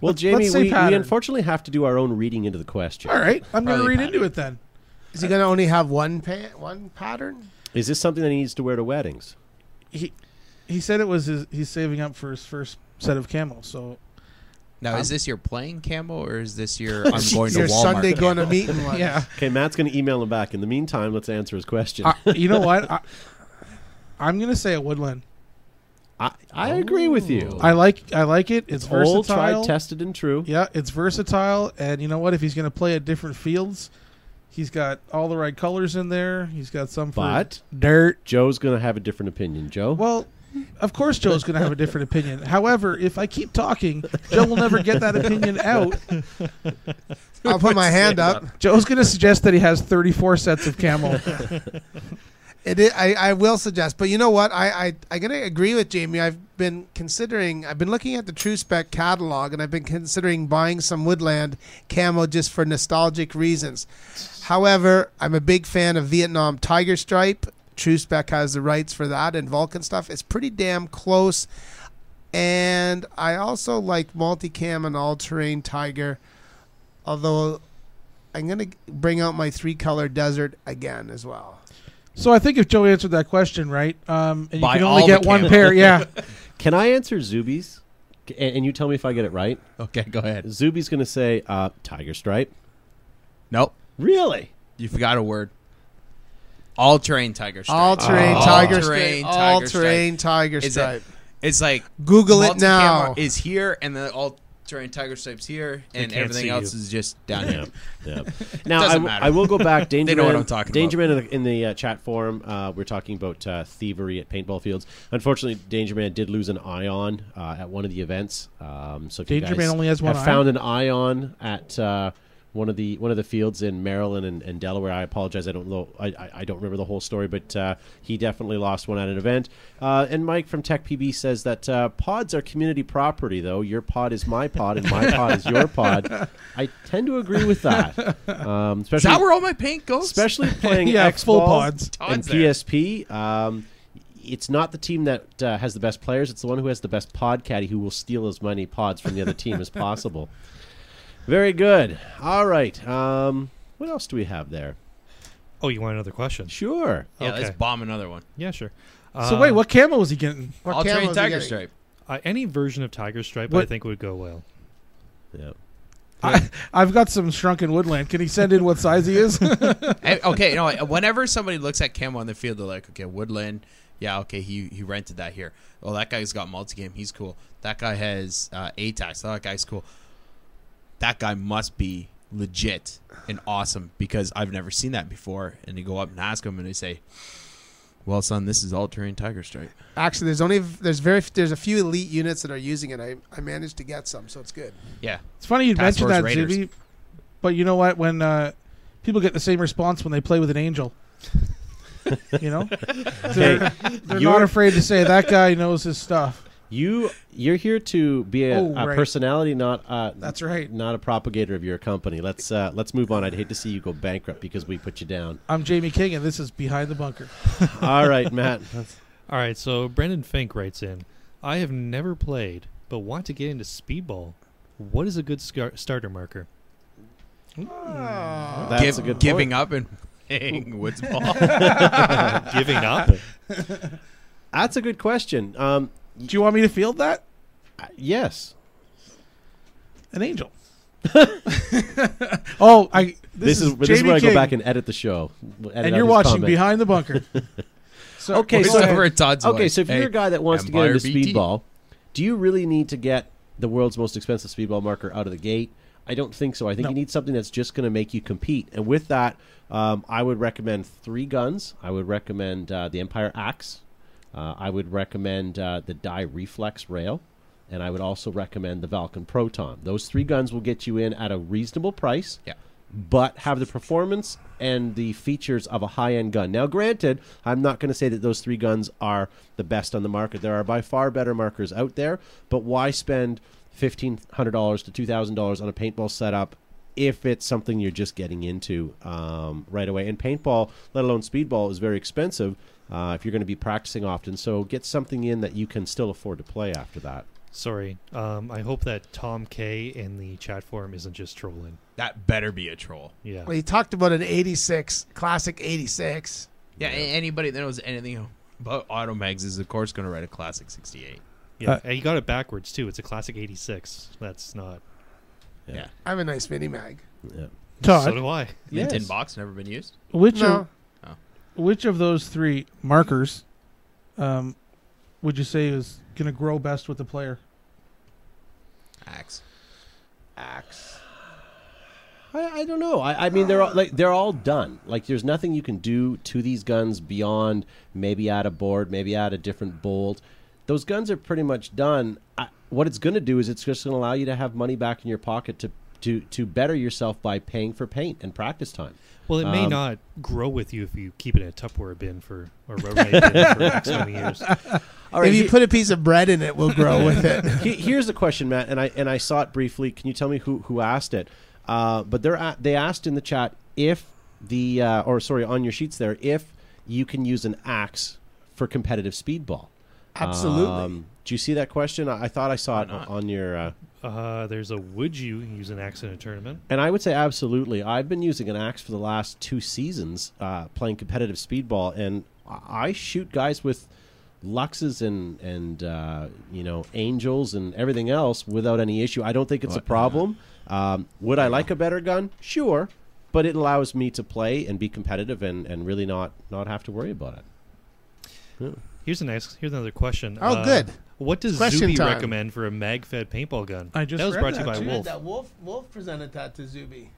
Speaker 7: Well,
Speaker 8: Let's-
Speaker 7: Jamie,
Speaker 8: let's say
Speaker 7: we, we
Speaker 8: pattern.
Speaker 7: unfortunately have to do our own reading into the question.
Speaker 8: All right, I'm going to
Speaker 10: Probably
Speaker 8: read
Speaker 10: pattern.
Speaker 8: into it then.
Speaker 9: Is he going to only have one pa- one pattern?
Speaker 7: Is this something that he needs to wear to weddings?
Speaker 8: He he said it was his, he's saving up for his first set of camels. So
Speaker 10: Now, is this your playing camo or is this
Speaker 9: (laughs)
Speaker 10: your I'm going to
Speaker 9: Your
Speaker 10: Walmart?
Speaker 9: Sunday going to
Speaker 10: camo?
Speaker 9: meet one.
Speaker 8: yeah,
Speaker 7: Okay, Matt's going to email him back. In the meantime, let's answer his question.
Speaker 8: I, you know what? I, I'm going to say a woodland.
Speaker 7: I, I agree with you.
Speaker 8: I like I like it. It's, versatile.
Speaker 7: Old, tried, tested, and true.
Speaker 8: Yeah, it's versatile, and you know what? If he's going to play at different fields, he's got all the right colors in there. He's got some for
Speaker 7: But-
Speaker 8: dirt.
Speaker 7: Joe's going to have a different opinion. Joe,
Speaker 8: Well, of course, Joe's going to have a different opinion. However, if I keep talking, Joe will never get that opinion
Speaker 7: (laughs)
Speaker 8: out.
Speaker 9: I'll put my hand up.
Speaker 8: Joe's going to suggest that he has 34 sets of camel.
Speaker 9: It is, I, I will suggest, but you know what? I, I I'm gonna agree with Jamie. I've been considering. I've been looking at the True Spec catalog, and I've been considering buying some woodland camo just for nostalgic reasons. However, I'm a big fan of Vietnam Tiger Stripe. True Spec has the rights for that and Vulcan stuff. It's pretty damn close. And I also like multicam and all terrain tiger, although I'm gonna bring out my three color desert again as well.
Speaker 8: So I think if Joe answered that question right, um, and you
Speaker 10: Buy
Speaker 8: can only
Speaker 10: all the
Speaker 8: get one
Speaker 10: camel.
Speaker 8: pair.
Speaker 7: (laughs)
Speaker 8: Yeah,
Speaker 7: can I answer Zuby's? C- And, and you tell me if I get it right.
Speaker 10: (laughs) Okay, go ahead.
Speaker 7: Zuby's going to say uh, tiger stripe.
Speaker 10: Nope.
Speaker 7: Really?
Speaker 10: You forgot a word. All terrain tiger stripe.
Speaker 9: All terrain
Speaker 10: All
Speaker 9: tiger
Speaker 10: terrain
Speaker 9: stripe. All
Speaker 10: tiger
Speaker 9: terrain tiger
Speaker 10: Is
Speaker 9: stripe.
Speaker 10: It, it's like
Speaker 9: Google it
Speaker 10: multi-camo
Speaker 9: now.
Speaker 10: Is here and the all terrain tiger stripes here and
Speaker 11: can't
Speaker 10: everything
Speaker 11: see
Speaker 10: else
Speaker 11: you.
Speaker 10: is just down
Speaker 7: Yeah.
Speaker 10: here.
Speaker 7: (laughs) yeah. Now I,
Speaker 10: Doesn't
Speaker 7: w-
Speaker 10: matter.
Speaker 7: I will go back. Danger
Speaker 10: know what
Speaker 7: Man-
Speaker 10: I'm talking
Speaker 7: Danger
Speaker 10: about.
Speaker 7: Man in the, in the uh, chat forum. Uh, we're talking about uh, thievery at paintball fields. Unfortunately, Danger Man did lose an ion uh, at one of the events. Um, so if you
Speaker 8: Danger
Speaker 7: guys
Speaker 8: Man only has one
Speaker 7: have
Speaker 8: ion?
Speaker 7: found an ion at. Uh, one of the one of the fields in Maryland and, and Delaware. I apologize. I don't know. I, I, I don't remember the whole story, but uh, he definitely lost one at an event. Uh, and Mike from Tech PB says that uh, pods are community property, though. Your pod is my pod, and
Speaker 8: (laughs)
Speaker 7: my pod is your pod. I tend to agree with that. Um,
Speaker 10: Is
Speaker 7: especially
Speaker 10: that where all my paint goes?
Speaker 7: especially
Speaker 8: (laughs)
Speaker 7: playing
Speaker 8: Yeah,
Speaker 7: X
Speaker 8: full
Speaker 7: Ball
Speaker 8: pods.
Speaker 7: and
Speaker 10: Todd's there.
Speaker 7: PSP. Um, it's not the team that uh, has the best players; it's the one who has the best pod caddy who will steal as many pods from the other team as
Speaker 8: (laughs)
Speaker 7: possible. Very good. All right. Um, what else do we have there?
Speaker 11: Oh, you want another question?
Speaker 7: Sure.
Speaker 10: yeah, let's
Speaker 11: Okay.
Speaker 10: bomb another one.
Speaker 11: Yeah, sure.
Speaker 8: So
Speaker 7: Uh-huh.
Speaker 8: wait, what camo was he getting?
Speaker 9: What
Speaker 10: all
Speaker 9: camo
Speaker 10: terrain
Speaker 9: is he
Speaker 10: tiger
Speaker 9: getting?
Speaker 10: stripe.
Speaker 11: Uh, any version of Tiger Stripe, I
Speaker 8: What-
Speaker 11: think, would go well.
Speaker 7: Yeah.
Speaker 8: I, I've got some shrunken woodland. Can he send in what size he
Speaker 7: (laughs)
Speaker 8: is?
Speaker 10: Eh, okay, you know, what? whenever somebody looks at camo on the field, they're like, okay, Woodland, yeah, okay, he he rented that here. Well, that guy's got multi-game, he's cool. That guy has uh, ATAX, that guy's cool. That guy must be legit and awesome because I've never seen that before. And you go up and ask him, and they say, well, son, this is all-terrain tiger stripe.
Speaker 9: Actually, there's only there's very there's a few elite units that are using it. I, I managed to get some, so it's good.
Speaker 10: Yeah,
Speaker 8: It's funny you
Speaker 10: Task
Speaker 8: mentioned
Speaker 10: Force
Speaker 8: that,
Speaker 10: Raiders.
Speaker 8: Zuby, but you know what? When uh, people get the same response when they play with an angel, you know, they're, they're not
Speaker 7: you're-
Speaker 8: afraid to say that guy knows his stuff.
Speaker 7: You you're here to be a,
Speaker 8: Oh,
Speaker 7: a
Speaker 8: right.
Speaker 7: personality, not uh,
Speaker 8: That's right.
Speaker 7: not a propagator of your company. Let's uh, let's move on. I'd hate to see you go bankrupt because we put
Speaker 8: (laughs)
Speaker 7: you down.
Speaker 8: I'm Jamie King, and this is behind the bunker.
Speaker 7: All right, Matt.
Speaker 11: All right, so Brendan Fink writes in I have never played, but want to get into speedball. What is a good scar- starter marker?
Speaker 7: That's
Speaker 10: Give-
Speaker 7: a good
Speaker 10: giving
Speaker 7: point.
Speaker 10: up and
Speaker 7: (laughs)
Speaker 10: playing Woods ball.
Speaker 11: Giving up?
Speaker 7: That's a good question. Um, Do
Speaker 8: you want me to field that?
Speaker 7: yes.
Speaker 8: An
Speaker 7: (laughs)
Speaker 8: angel. (laughs) oh, I. This,
Speaker 7: This, is, this is
Speaker 8: JB
Speaker 7: where I go
Speaker 8: King.
Speaker 7: back and edit the show. We'll edit
Speaker 8: And
Speaker 7: out
Speaker 8: you're
Speaker 7: his
Speaker 8: watching
Speaker 7: comment.
Speaker 8: Behind the Bunker.
Speaker 7: (laughs)
Speaker 8: So-
Speaker 7: okay,
Speaker 8: Well,
Speaker 7: so
Speaker 8: go ahead.
Speaker 7: okay, so if you're a guy that wants to get into
Speaker 10: Empire BT.
Speaker 7: speedball, do you really need to get the world's most expensive speedball marker out of the gate? I don't think so. I think you need something that's just going to make you compete. And with that, um, I would recommend three guns. I would recommend uh, the Empire Axe. Uh, I would recommend uh, the Die Reflex Rail. And I would also recommend the Falcon Proton. Those three guns will get you in at a reasonable price.
Speaker 10: Yeah
Speaker 7: but have the performance and the features of a high-end gun. Now, granted, I'm not going to say that those three guns are the best on the market. There are by far better markers out there, but why spend $1,500 to $2,000 on a paintball setup if it's something you're just getting into um, right away? And paintball, let alone speedball, is very expensive uh, if you're going to be practicing often. So get something in that you can still afford to play after that.
Speaker 11: Sorry. Um, I hope that Tom K in the chat forum isn't just trolling.
Speaker 10: That better be a troll.
Speaker 11: Yeah.
Speaker 9: Well, he talked about an 86, classic 86.
Speaker 10: Yeah, a- anybody that knows anything about auto mags is of course going to write a classic 68.
Speaker 11: Yeah.
Speaker 10: Uh,
Speaker 11: and he got it backwards too. It's a classic '86. That's not.
Speaker 10: Yeah.
Speaker 9: I have a nice mini mag.
Speaker 7: Yeah.
Speaker 8: Todd.
Speaker 11: So do I.
Speaker 10: Mint in
Speaker 8: Yes.
Speaker 10: box, never been used.
Speaker 8: Which
Speaker 10: No.
Speaker 8: of, which of those three markers um, would you say is going to grow best with the player?
Speaker 10: Axe.
Speaker 9: Axe.
Speaker 7: I, I don't know. I, I mean, they're all, like they're all done. Like, there's nothing you can do to these guns beyond maybe add a board, maybe add a different bolt. Those guns are pretty much done. I, what it's going to do is it's just going to allow you to have money back in your pocket to to to better yourself by paying for paint and practice time.
Speaker 11: Well, it may
Speaker 7: Um,
Speaker 11: not grow with you if you keep it in a Tupperware bin for or Rubbermaid bin for the next many years.
Speaker 9: if you put a piece of bread in it, we'll grow with
Speaker 10: (laughs) Um,
Speaker 9: it.
Speaker 7: He- Here's the question, Matt, and I and I saw it briefly. Can you tell me who who asked it? Uh, but they're a they asked in the chat if the uh, or sorry on your sheets there if you can use an axe for competitive speedball.
Speaker 11: Absolutely.
Speaker 7: Um, do you see that question? I, I thought I saw it on on your. Uh,
Speaker 11: Uh, there's a would you use an axe in a tournament?
Speaker 7: and I would say absolutely. I've been using an axe for the last two seasons uh, playing competitive speedball, and I I shoot guys with luxes and and uh, you know angels and everything else without any issue. I don't think it's a problem. Um, would I like a better gun? Sure, but it allows me to play and be competitive and, and really not not have to worry about it.
Speaker 11: Here's a nice. Here's another question. Uh,
Speaker 7: Oh, good.
Speaker 11: What does
Speaker 7: Question
Speaker 11: Zuby
Speaker 7: time.
Speaker 11: recommend for a mag-fed paintball gun?
Speaker 8: I just
Speaker 11: that was
Speaker 8: read
Speaker 11: brought to
Speaker 8: that,
Speaker 11: you by
Speaker 8: too.
Speaker 11: Wolf.
Speaker 9: That Wolf, Wolf presented that to Zuby.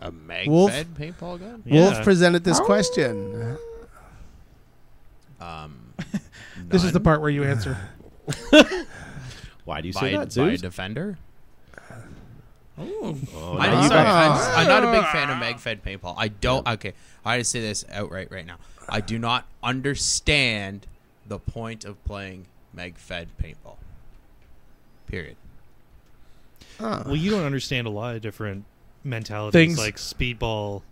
Speaker 10: A mag
Speaker 9: Wolf-
Speaker 10: fed paintball gun?
Speaker 9: Wolf presented this question.
Speaker 10: Um,
Speaker 8: This is the part where you answer.
Speaker 7: (laughs) Why do
Speaker 10: by, by a defender?
Speaker 8: Oh,
Speaker 10: I'm,
Speaker 8: nice.
Speaker 10: sorry, I'm,
Speaker 8: Ah.
Speaker 10: I'm not a big fan of Magfed paintball. I don't. Okay, I just say this outright right now. I do not understand the point of playing Magfed paintball. Period.
Speaker 11: Well, you don't understand a lot of different mentalities,
Speaker 10: Things.
Speaker 11: like speedball,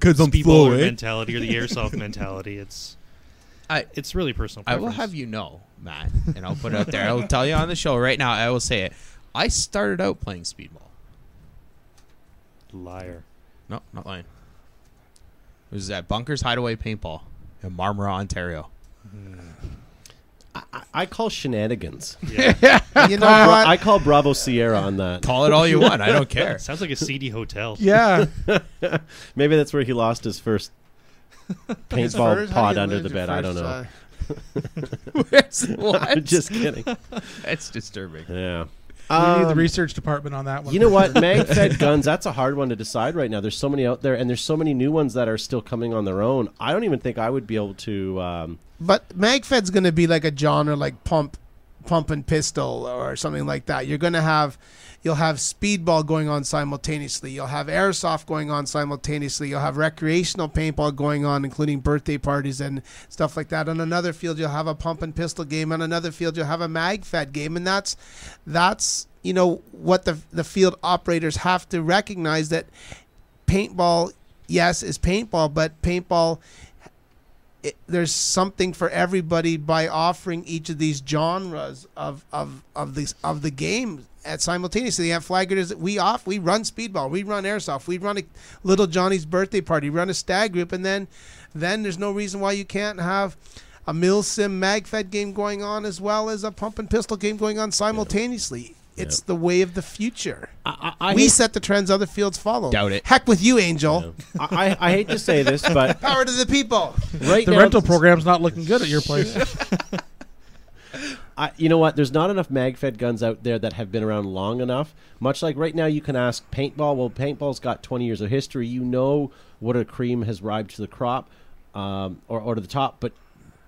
Speaker 10: 'Cause I'm
Speaker 11: speedballer
Speaker 10: slow, eh?
Speaker 11: mentality or the airsoft mentality. It's,
Speaker 10: I,
Speaker 11: it's really personal.
Speaker 10: I will
Speaker 11: preference.
Speaker 10: have you know, Matt, and I'll put it out there. I will tell you on the show right now. I will say it. I started out playing speedball.
Speaker 11: Liar.
Speaker 10: No, not lying. It was at Bunkers Hideaway Paintball in Marmora, Ontario.
Speaker 7: I, I call shenanigans.
Speaker 10: Yeah.
Speaker 7: I
Speaker 10: (laughs) You know
Speaker 7: call Bra-
Speaker 10: what?
Speaker 7: I call Bravo Sierra on that.
Speaker 10: Call it all you want.
Speaker 7: (laughs)
Speaker 10: I don't care. (laughs)
Speaker 11: Sounds like a seedy hotel.
Speaker 7: Maybe that's where he lost his first
Speaker 11: (laughs) His
Speaker 7: paintball
Speaker 11: first- how do
Speaker 7: pod
Speaker 11: you
Speaker 7: under
Speaker 11: lose
Speaker 7: the
Speaker 11: your
Speaker 7: bed. I
Speaker 11: first
Speaker 7: don't know.
Speaker 10: Where's
Speaker 7: (laughs)
Speaker 10: what?
Speaker 7: I'm just kidding.
Speaker 10: That's disturbing.
Speaker 7: (laughs) Yeah.
Speaker 8: we need the
Speaker 7: Um,
Speaker 8: research department on that one.
Speaker 7: You know (laughs) what? Mag fed guns, that's a hard one to decide right now. There's so many out there, and there's so many new ones that are still coming on their own. I don't even think I would be able to. Um,
Speaker 9: But Magfed's going to be like a genre like pump, pump and pistol or something like that. You're going to have, you'll have speedball going on simultaneously. You'll have airsoft going on simultaneously. You'll have recreational paintball going on, including birthday parties and stuff like that. On another field, you'll have a pump and pistol game. On another field, you'll have a Magfed game, and that's, that's you know what the the field operators have to recognize that paintball, yes, is paintball, but paintball it, there's something for everybody by offering each of these genres of of of this of the game at simultaneously they have flag graders. We off, we run speedball, we run airsoft, we run a little Johnny's birthday party, run a stag group, and then then there's no reason why you can't have a mil sim magfed game going on as well as a pump and pistol game going on simultaneously. It's the way of the future.
Speaker 7: I
Speaker 9: we
Speaker 7: hate-
Speaker 9: set the trends; other fields follow.
Speaker 7: Doubt it.
Speaker 9: Heck with you, Angel.
Speaker 7: I, I hate to say
Speaker 11: (laughs)
Speaker 7: this, but
Speaker 9: power to the
Speaker 7: (laughs)
Speaker 9: people.
Speaker 7: Right
Speaker 8: the
Speaker 7: now-
Speaker 8: rental program's not looking good at your
Speaker 7: (laughs)
Speaker 8: place.
Speaker 7: I, you know what? There's not enough mag-fed guns out there that have been around long enough. Much like right now, you can ask paintball. Well, paintball's got 20 years of history. You know what a cream has arrived to the crop um, or, or to the top, but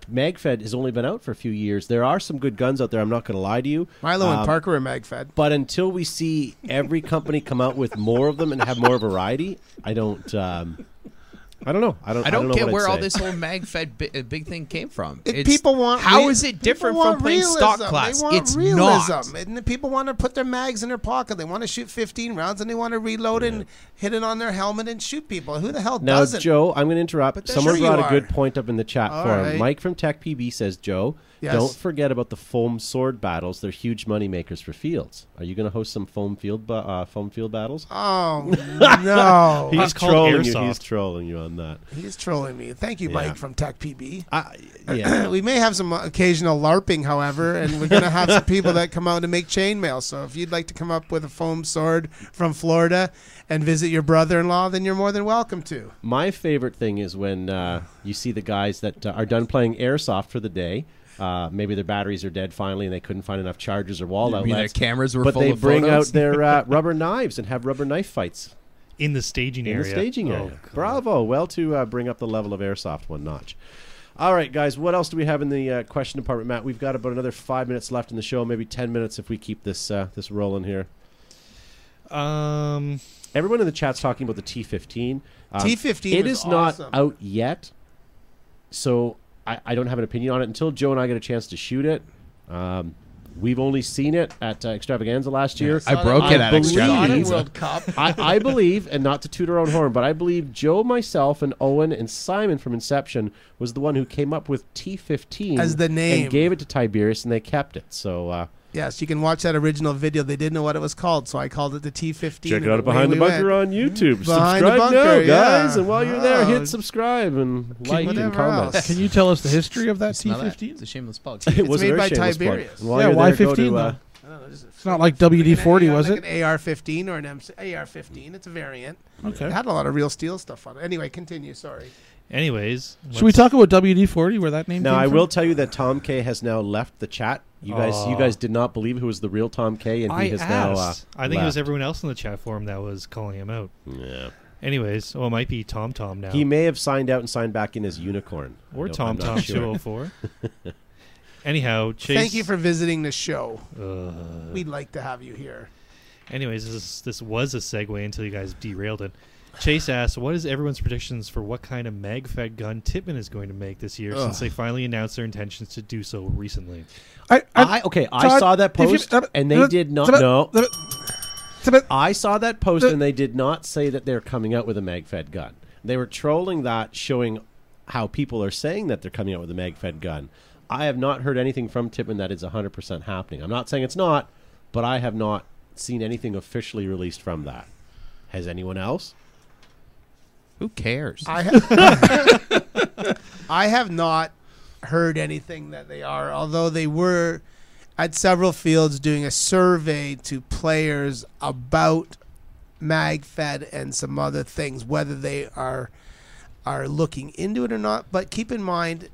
Speaker 7: mag-fed has only been out for a few years. There are some good guns out there. I'm not going to lie to you.
Speaker 9: Milo and
Speaker 7: Um,
Speaker 9: Parker are magfed.
Speaker 7: But until we see every company come out with more of them and have more variety, I don't. Um, I don't know. I don't.
Speaker 10: I don't,
Speaker 7: know
Speaker 10: get
Speaker 7: what I'd
Speaker 10: where all
Speaker 7: say.
Speaker 10: this whole MagFed bi- uh, big thing came from.
Speaker 9: It-
Speaker 10: It's-
Speaker 9: people want
Speaker 10: how is
Speaker 9: rea-
Speaker 10: it
Speaker 9: people
Speaker 10: different
Speaker 9: want
Speaker 10: from playing stock
Speaker 9: realism.
Speaker 10: class?
Speaker 9: They want
Speaker 10: it's
Speaker 9: realism,
Speaker 10: not.
Speaker 9: and the people want to put their mags in their pocket. They want to shoot 15 rounds, and they want to reload and hit it on their helmet and shoot people. Who the hell
Speaker 7: Now,
Speaker 9: doesn't?
Speaker 7: Joe, I'm going to interrupt.
Speaker 9: that's-
Speaker 7: Someone
Speaker 9: Sure you
Speaker 7: brought a
Speaker 9: are.
Speaker 7: good point up in the chat
Speaker 9: All
Speaker 7: forum.
Speaker 9: right.
Speaker 7: Mike from Tech PB says, Joe,
Speaker 9: Yes.
Speaker 7: don't forget about the foam sword battles. They're huge money makers for fields. Are you going to host some foam field ba- uh, foam field battles?
Speaker 9: Oh no!
Speaker 7: he's trolling you. He's trolling you on that.
Speaker 9: He's trolling me. Thank you,
Speaker 7: Yeah.
Speaker 9: Mike from Tech PB.
Speaker 7: yeah.
Speaker 9: (clears throat) we may have some occasional LARPing, however, and we're going to have some people that come out and make chainmail. So if you'd like to come up with a foam sword from Florida and visit your brother-in-law, then you're more than welcome to.
Speaker 7: My favorite thing is when uh, you see the guys that uh, are done playing airsoft for the day. Uh, maybe their batteries are dead finally, and they couldn't find enough chargers or wall
Speaker 10: You mean
Speaker 7: outlets.
Speaker 10: their cameras were
Speaker 7: but
Speaker 10: full
Speaker 7: they
Speaker 10: of
Speaker 7: bring
Speaker 10: photos?
Speaker 7: out their
Speaker 10: (laughs)
Speaker 7: uh, rubber knives and have rubber knife fights
Speaker 11: in the staging
Speaker 7: in
Speaker 11: area.
Speaker 7: the staging
Speaker 11: Oh,
Speaker 7: area. Bravo! Well, to uh, bring up the level of airsoft one notch. All right, guys. What else do we have in the uh, question department, Matt? We've got about another five minutes left in the show, maybe ten minutes if we keep this uh, this rolling here.
Speaker 11: Um,
Speaker 7: everyone in the chat's talking about the T fifteen. Um,
Speaker 9: T15
Speaker 7: It
Speaker 9: was
Speaker 7: is not
Speaker 9: awesome.
Speaker 7: out yet, so I, I don't have an opinion on it until Joe and I get a chance to shoot it. Um, we've only seen it at uh, Extravaganza last year.
Speaker 10: I broke it at
Speaker 7: believe-
Speaker 10: Extravaganza.
Speaker 9: World Cup.
Speaker 7: I, I believe, and not to toot our own horn, but I believe Joe, myself, and Owen and Simon from Inception was the one who came up with T15
Speaker 9: As the name.
Speaker 7: and gave it to Tiberius, and they kept it. So uh,
Speaker 9: Yes, you can watch that original video. They didn't know what it was called, so I called it the T15.
Speaker 7: check it
Speaker 9: and
Speaker 7: out at
Speaker 9: away
Speaker 7: Behind the
Speaker 9: we
Speaker 7: Bunker
Speaker 9: went.
Speaker 7: on YouTube.
Speaker 9: Behind the
Speaker 7: subscribe
Speaker 9: Bunker,
Speaker 7: now, guys,
Speaker 9: yeah.
Speaker 7: and while you're there,
Speaker 9: Oh.
Speaker 7: hit subscribe and like and
Speaker 9: whatever
Speaker 7: comment. (laughs)
Speaker 9: else.
Speaker 8: Can you tell us the history of that
Speaker 10: Smell that.
Speaker 8: T15?
Speaker 10: It's a shameless plug.
Speaker 7: It was a
Speaker 9: made
Speaker 7: very
Speaker 9: by
Speaker 7: shameless plug.
Speaker 9: Tiberius.
Speaker 7: And while
Speaker 8: Yeah,
Speaker 7: you're
Speaker 8: why
Speaker 7: there, go to,
Speaker 8: 15
Speaker 7: uh,
Speaker 8: though? It's not like WD-40,
Speaker 9: Yeah,
Speaker 8: was
Speaker 9: like
Speaker 8: it?
Speaker 9: An AR-15 or an MC- AR-15. It's a variant. It
Speaker 8: Okay.
Speaker 9: had a lot of real steel stuff on it. Anyway, continue. Sorry.
Speaker 11: Anyways,
Speaker 8: Should we
Speaker 11: let's-
Speaker 8: talk about WD-40, where that name
Speaker 7: Now
Speaker 8: came
Speaker 7: I
Speaker 8: from?
Speaker 7: will tell you that Tom K has now left the chat. You guys, you
Speaker 11: Aw.
Speaker 7: guys did not believe who was the real Tom K, and he
Speaker 11: I
Speaker 7: has
Speaker 11: asked.
Speaker 7: now. Uh,
Speaker 11: I think it was
Speaker 7: left.
Speaker 11: everyone else in the chat forum that was calling him out.
Speaker 7: Yeah.
Speaker 11: Anyways, well, it might be Tom Tom now.
Speaker 7: He may have signed out and signed back in as unicorn. I
Speaker 11: or
Speaker 7: don't-
Speaker 11: Tom
Speaker 7: I'm not
Speaker 11: Tom
Speaker 7: sure. (laughs)
Speaker 11: 204. Anyhow, Chase.
Speaker 9: Thank you for visiting the show.
Speaker 11: Uh,
Speaker 9: We'd like to have you here.
Speaker 11: anyways, this is, this was a segue until you guys derailed it. Chase asks, "What is everyone's predictions for what kind of mag-fed gun Tippman is going to make this year? Since they finally announced their intentions to do so recently."
Speaker 8: I, uh,
Speaker 7: I okay. I saw that post, and they did not know. I saw that post, and they did not say that they're coming out with a magfed gun. They were trolling that, showing how people are saying that they're coming out with a magfed gun. I have not heard anything from Tippmann that is 100% happening. I'm not saying it's not, but I have not seen anything officially released from that. Has anyone else?
Speaker 10: Who cares?
Speaker 9: I ha- I have not heard anything that they are, although they were at several fields doing a survey to players about MagFed and some other things, whether they are are looking into it or not. But keep in mind,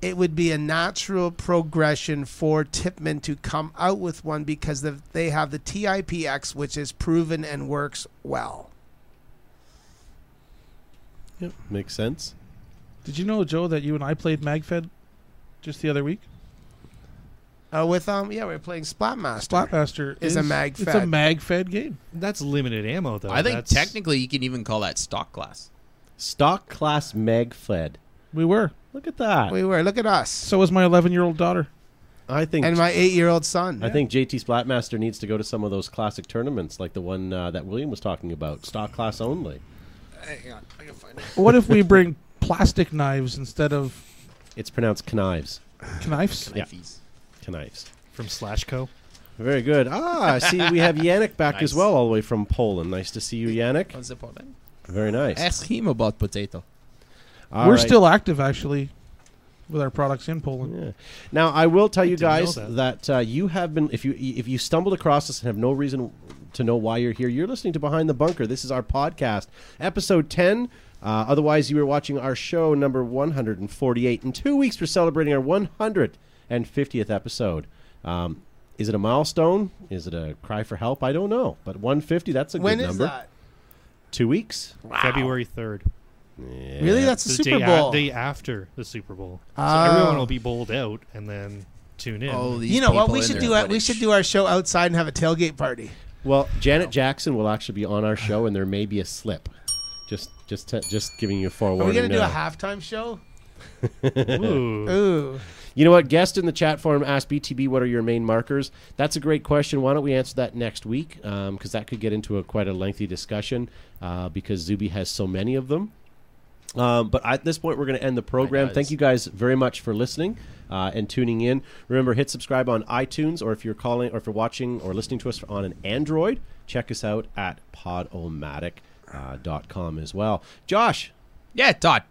Speaker 9: it would be a natural progression for Tipman to come out with one because the, they have the TIPX, which is proven and works well.
Speaker 7: Yep, makes sense.
Speaker 8: Did you know, Joe, that you and I played MagFed just the other week?
Speaker 9: Uh, with um, yeah, we were playing Splatmaster.
Speaker 8: Splatmaster
Speaker 9: Is a mag
Speaker 8: It's a
Speaker 9: fed.
Speaker 8: MagFed game.
Speaker 11: That's limited ammo, though.
Speaker 10: I think
Speaker 11: That's-
Speaker 10: technically you can even call that stock class.
Speaker 7: Stock class magfed.
Speaker 8: We were.
Speaker 7: Look at that.
Speaker 9: We were. Look at us.
Speaker 8: So was my 11-year-old
Speaker 7: (laughs)
Speaker 8: daughter.
Speaker 7: I think
Speaker 9: And my eight-year-old son.
Speaker 7: I think JT Splatmaster needs to go to some of those classic tournaments, like the one uh, that William was talking about, stock class only.
Speaker 8: What if we bring plastic knives instead of
Speaker 7: It's pronounced knives.
Speaker 8: knives?
Speaker 7: Yeah.
Speaker 10: Fees.
Speaker 7: Knives.
Speaker 11: from Slashco.
Speaker 7: Very good. Ah, I see, we have Yannick back as
Speaker 10: Nice.
Speaker 7: well, all the way from Poland. Nice to see you, Yannick.
Speaker 10: How's it Poland?
Speaker 7: Very nice.
Speaker 10: Ask him about potato.
Speaker 7: All
Speaker 8: We're
Speaker 7: right.
Speaker 8: still active, actually, with our products in Poland.
Speaker 7: Yeah. (laughs) Now I will tell you
Speaker 8: didn't know
Speaker 7: guys that, uh, you have been if you if you stumbled across us and have no reason to know why you're here, you're listening to Behind the Bunker. This is our podcast, episode ten. Uh, otherwise, you were watching our show number 148. In two weeks, we're celebrating our 150th episode. Um, is it a milestone? Is it a cry for help? I don't know. But 150, that's a
Speaker 9: When
Speaker 7: good
Speaker 9: is
Speaker 7: number.
Speaker 9: that?
Speaker 7: Two weeks.
Speaker 11: February third.
Speaker 9: Really? That's the Super
Speaker 11: day
Speaker 9: Bowl.
Speaker 11: day after the Super Bowl.
Speaker 9: Ah.
Speaker 11: So everyone will be bowled out and then tune in.
Speaker 10: Oh,
Speaker 9: you know what? We should do. Our, we should do our show outside and have a tailgate party.
Speaker 7: Well, Janet Jackson will actually be on our show, and there may be a slip. Just, just, te- just giving you a
Speaker 9: Are
Speaker 7: forewarning. uh,
Speaker 9: we gonna do a
Speaker 7: now.
Speaker 9: halftime show?
Speaker 11: Ooh.
Speaker 9: Ooh.
Speaker 7: You know what? Guest in the chat forum asked BTB, what are your main markers? That's a great question. Why don't we answer that next week? Because that could get into a quite a lengthy discussion uh, because Zuby has so many of them. Um, but at this point, we're going to end the program.
Speaker 10: guys.
Speaker 7: Thank you guys very much for listening uh, and tuning in. Remember, hit subscribe on iTunes, or if you're calling, or if you're watching or listening to us on an Android, check us out at podomatic.com as well. Josh,
Speaker 10: Yeah, Todd.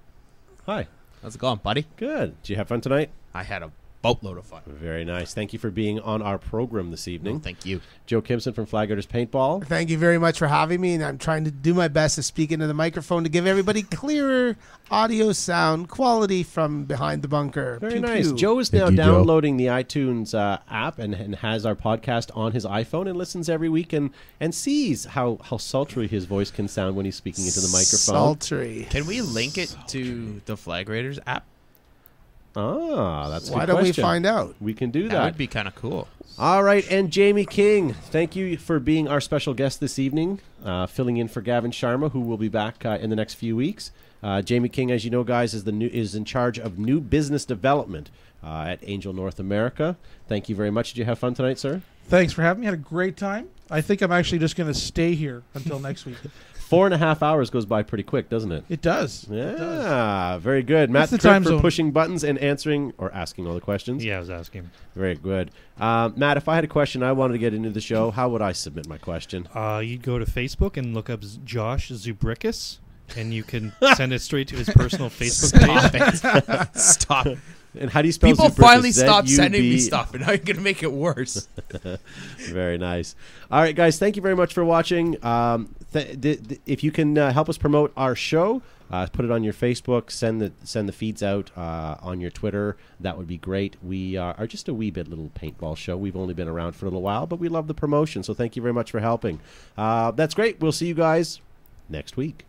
Speaker 7: hi.
Speaker 10: How's it going, buddy?
Speaker 7: Good. Did you have fun tonight?
Speaker 10: I had a boatload of fun.
Speaker 7: Very nice. Thank you for being on our program this evening.
Speaker 10: Thank you.
Speaker 7: Joe Kimson from Flaggers Paintball.
Speaker 9: Thank you very much for having me, and I'm trying to do my best to speak into the microphone to give everybody clearer audio sound quality from behind the bunker.
Speaker 7: Very
Speaker 9: Pew,
Speaker 7: nice.
Speaker 9: pew.
Speaker 7: Joe is
Speaker 10: Thank
Speaker 7: now
Speaker 10: you, Joe.
Speaker 7: downloading the iTunes uh, app and, and has our podcast on his iPhone and listens every week and, and sees how, how sultry his voice can sound when he's speaking into the microphone.
Speaker 9: Sultry.
Speaker 10: Can we link it to the Flag Raiders app?
Speaker 7: Ah, that's a
Speaker 9: Why
Speaker 7: good
Speaker 9: don't we
Speaker 7: question.
Speaker 9: find out?
Speaker 7: We can do
Speaker 10: That,
Speaker 7: that.
Speaker 10: would be kind of cool.
Speaker 7: All right, and Jamie King, thank you for being our special guest this evening, uh, filling in for Gavin Sharma, who will be back uh, in the next few weeks. Uh, Jamie King, as you know, guys, is the new is in charge of new business development uh, at Angel North America. Thank you very much. Did you have fun tonight, sir?
Speaker 8: Thanks for having me. Had a great time. I think I'm actually just going to stay here until next week.
Speaker 7: Four and a half hours goes by pretty quick, doesn't it?
Speaker 8: It does. It does.
Speaker 7: Yeah, very good, Matt.
Speaker 8: It's the
Speaker 7: Tripp
Speaker 8: time
Speaker 7: for
Speaker 8: zone.
Speaker 7: pushing buttons and answering or asking all the
Speaker 11: (laughs)
Speaker 7: questions.
Speaker 11: Yeah, I was asking.
Speaker 7: Very good, uh, Matt. If I had a question I wanted to get into the show, how would I submit my question?
Speaker 11: Uh, you'd go to Facebook and look up Z- Josh Zubrickus, and you can send it straight to his personal Facebook page.
Speaker 10: (laughs) Stop it. Stop.
Speaker 7: And how do you spell
Speaker 10: People
Speaker 7: Zubrickus?
Speaker 10: finally stopped sending me
Speaker 7: Z-U-B-
Speaker 10: stuff, and now you're going to make it worse.
Speaker 7: E. Very nice. All right, guys. Thank you very much for watching. Um, th- th- th- if you can uh, help us promote our show, uh, put it on your Facebook. Send the send the feeds out uh, on your Twitter. That would be great. We uh, are, are just a wee bit little paintball show. We've only been around for a little while, but we love the promotion. So thank you very much for helping. Uh, that's great. We'll see you guys next week.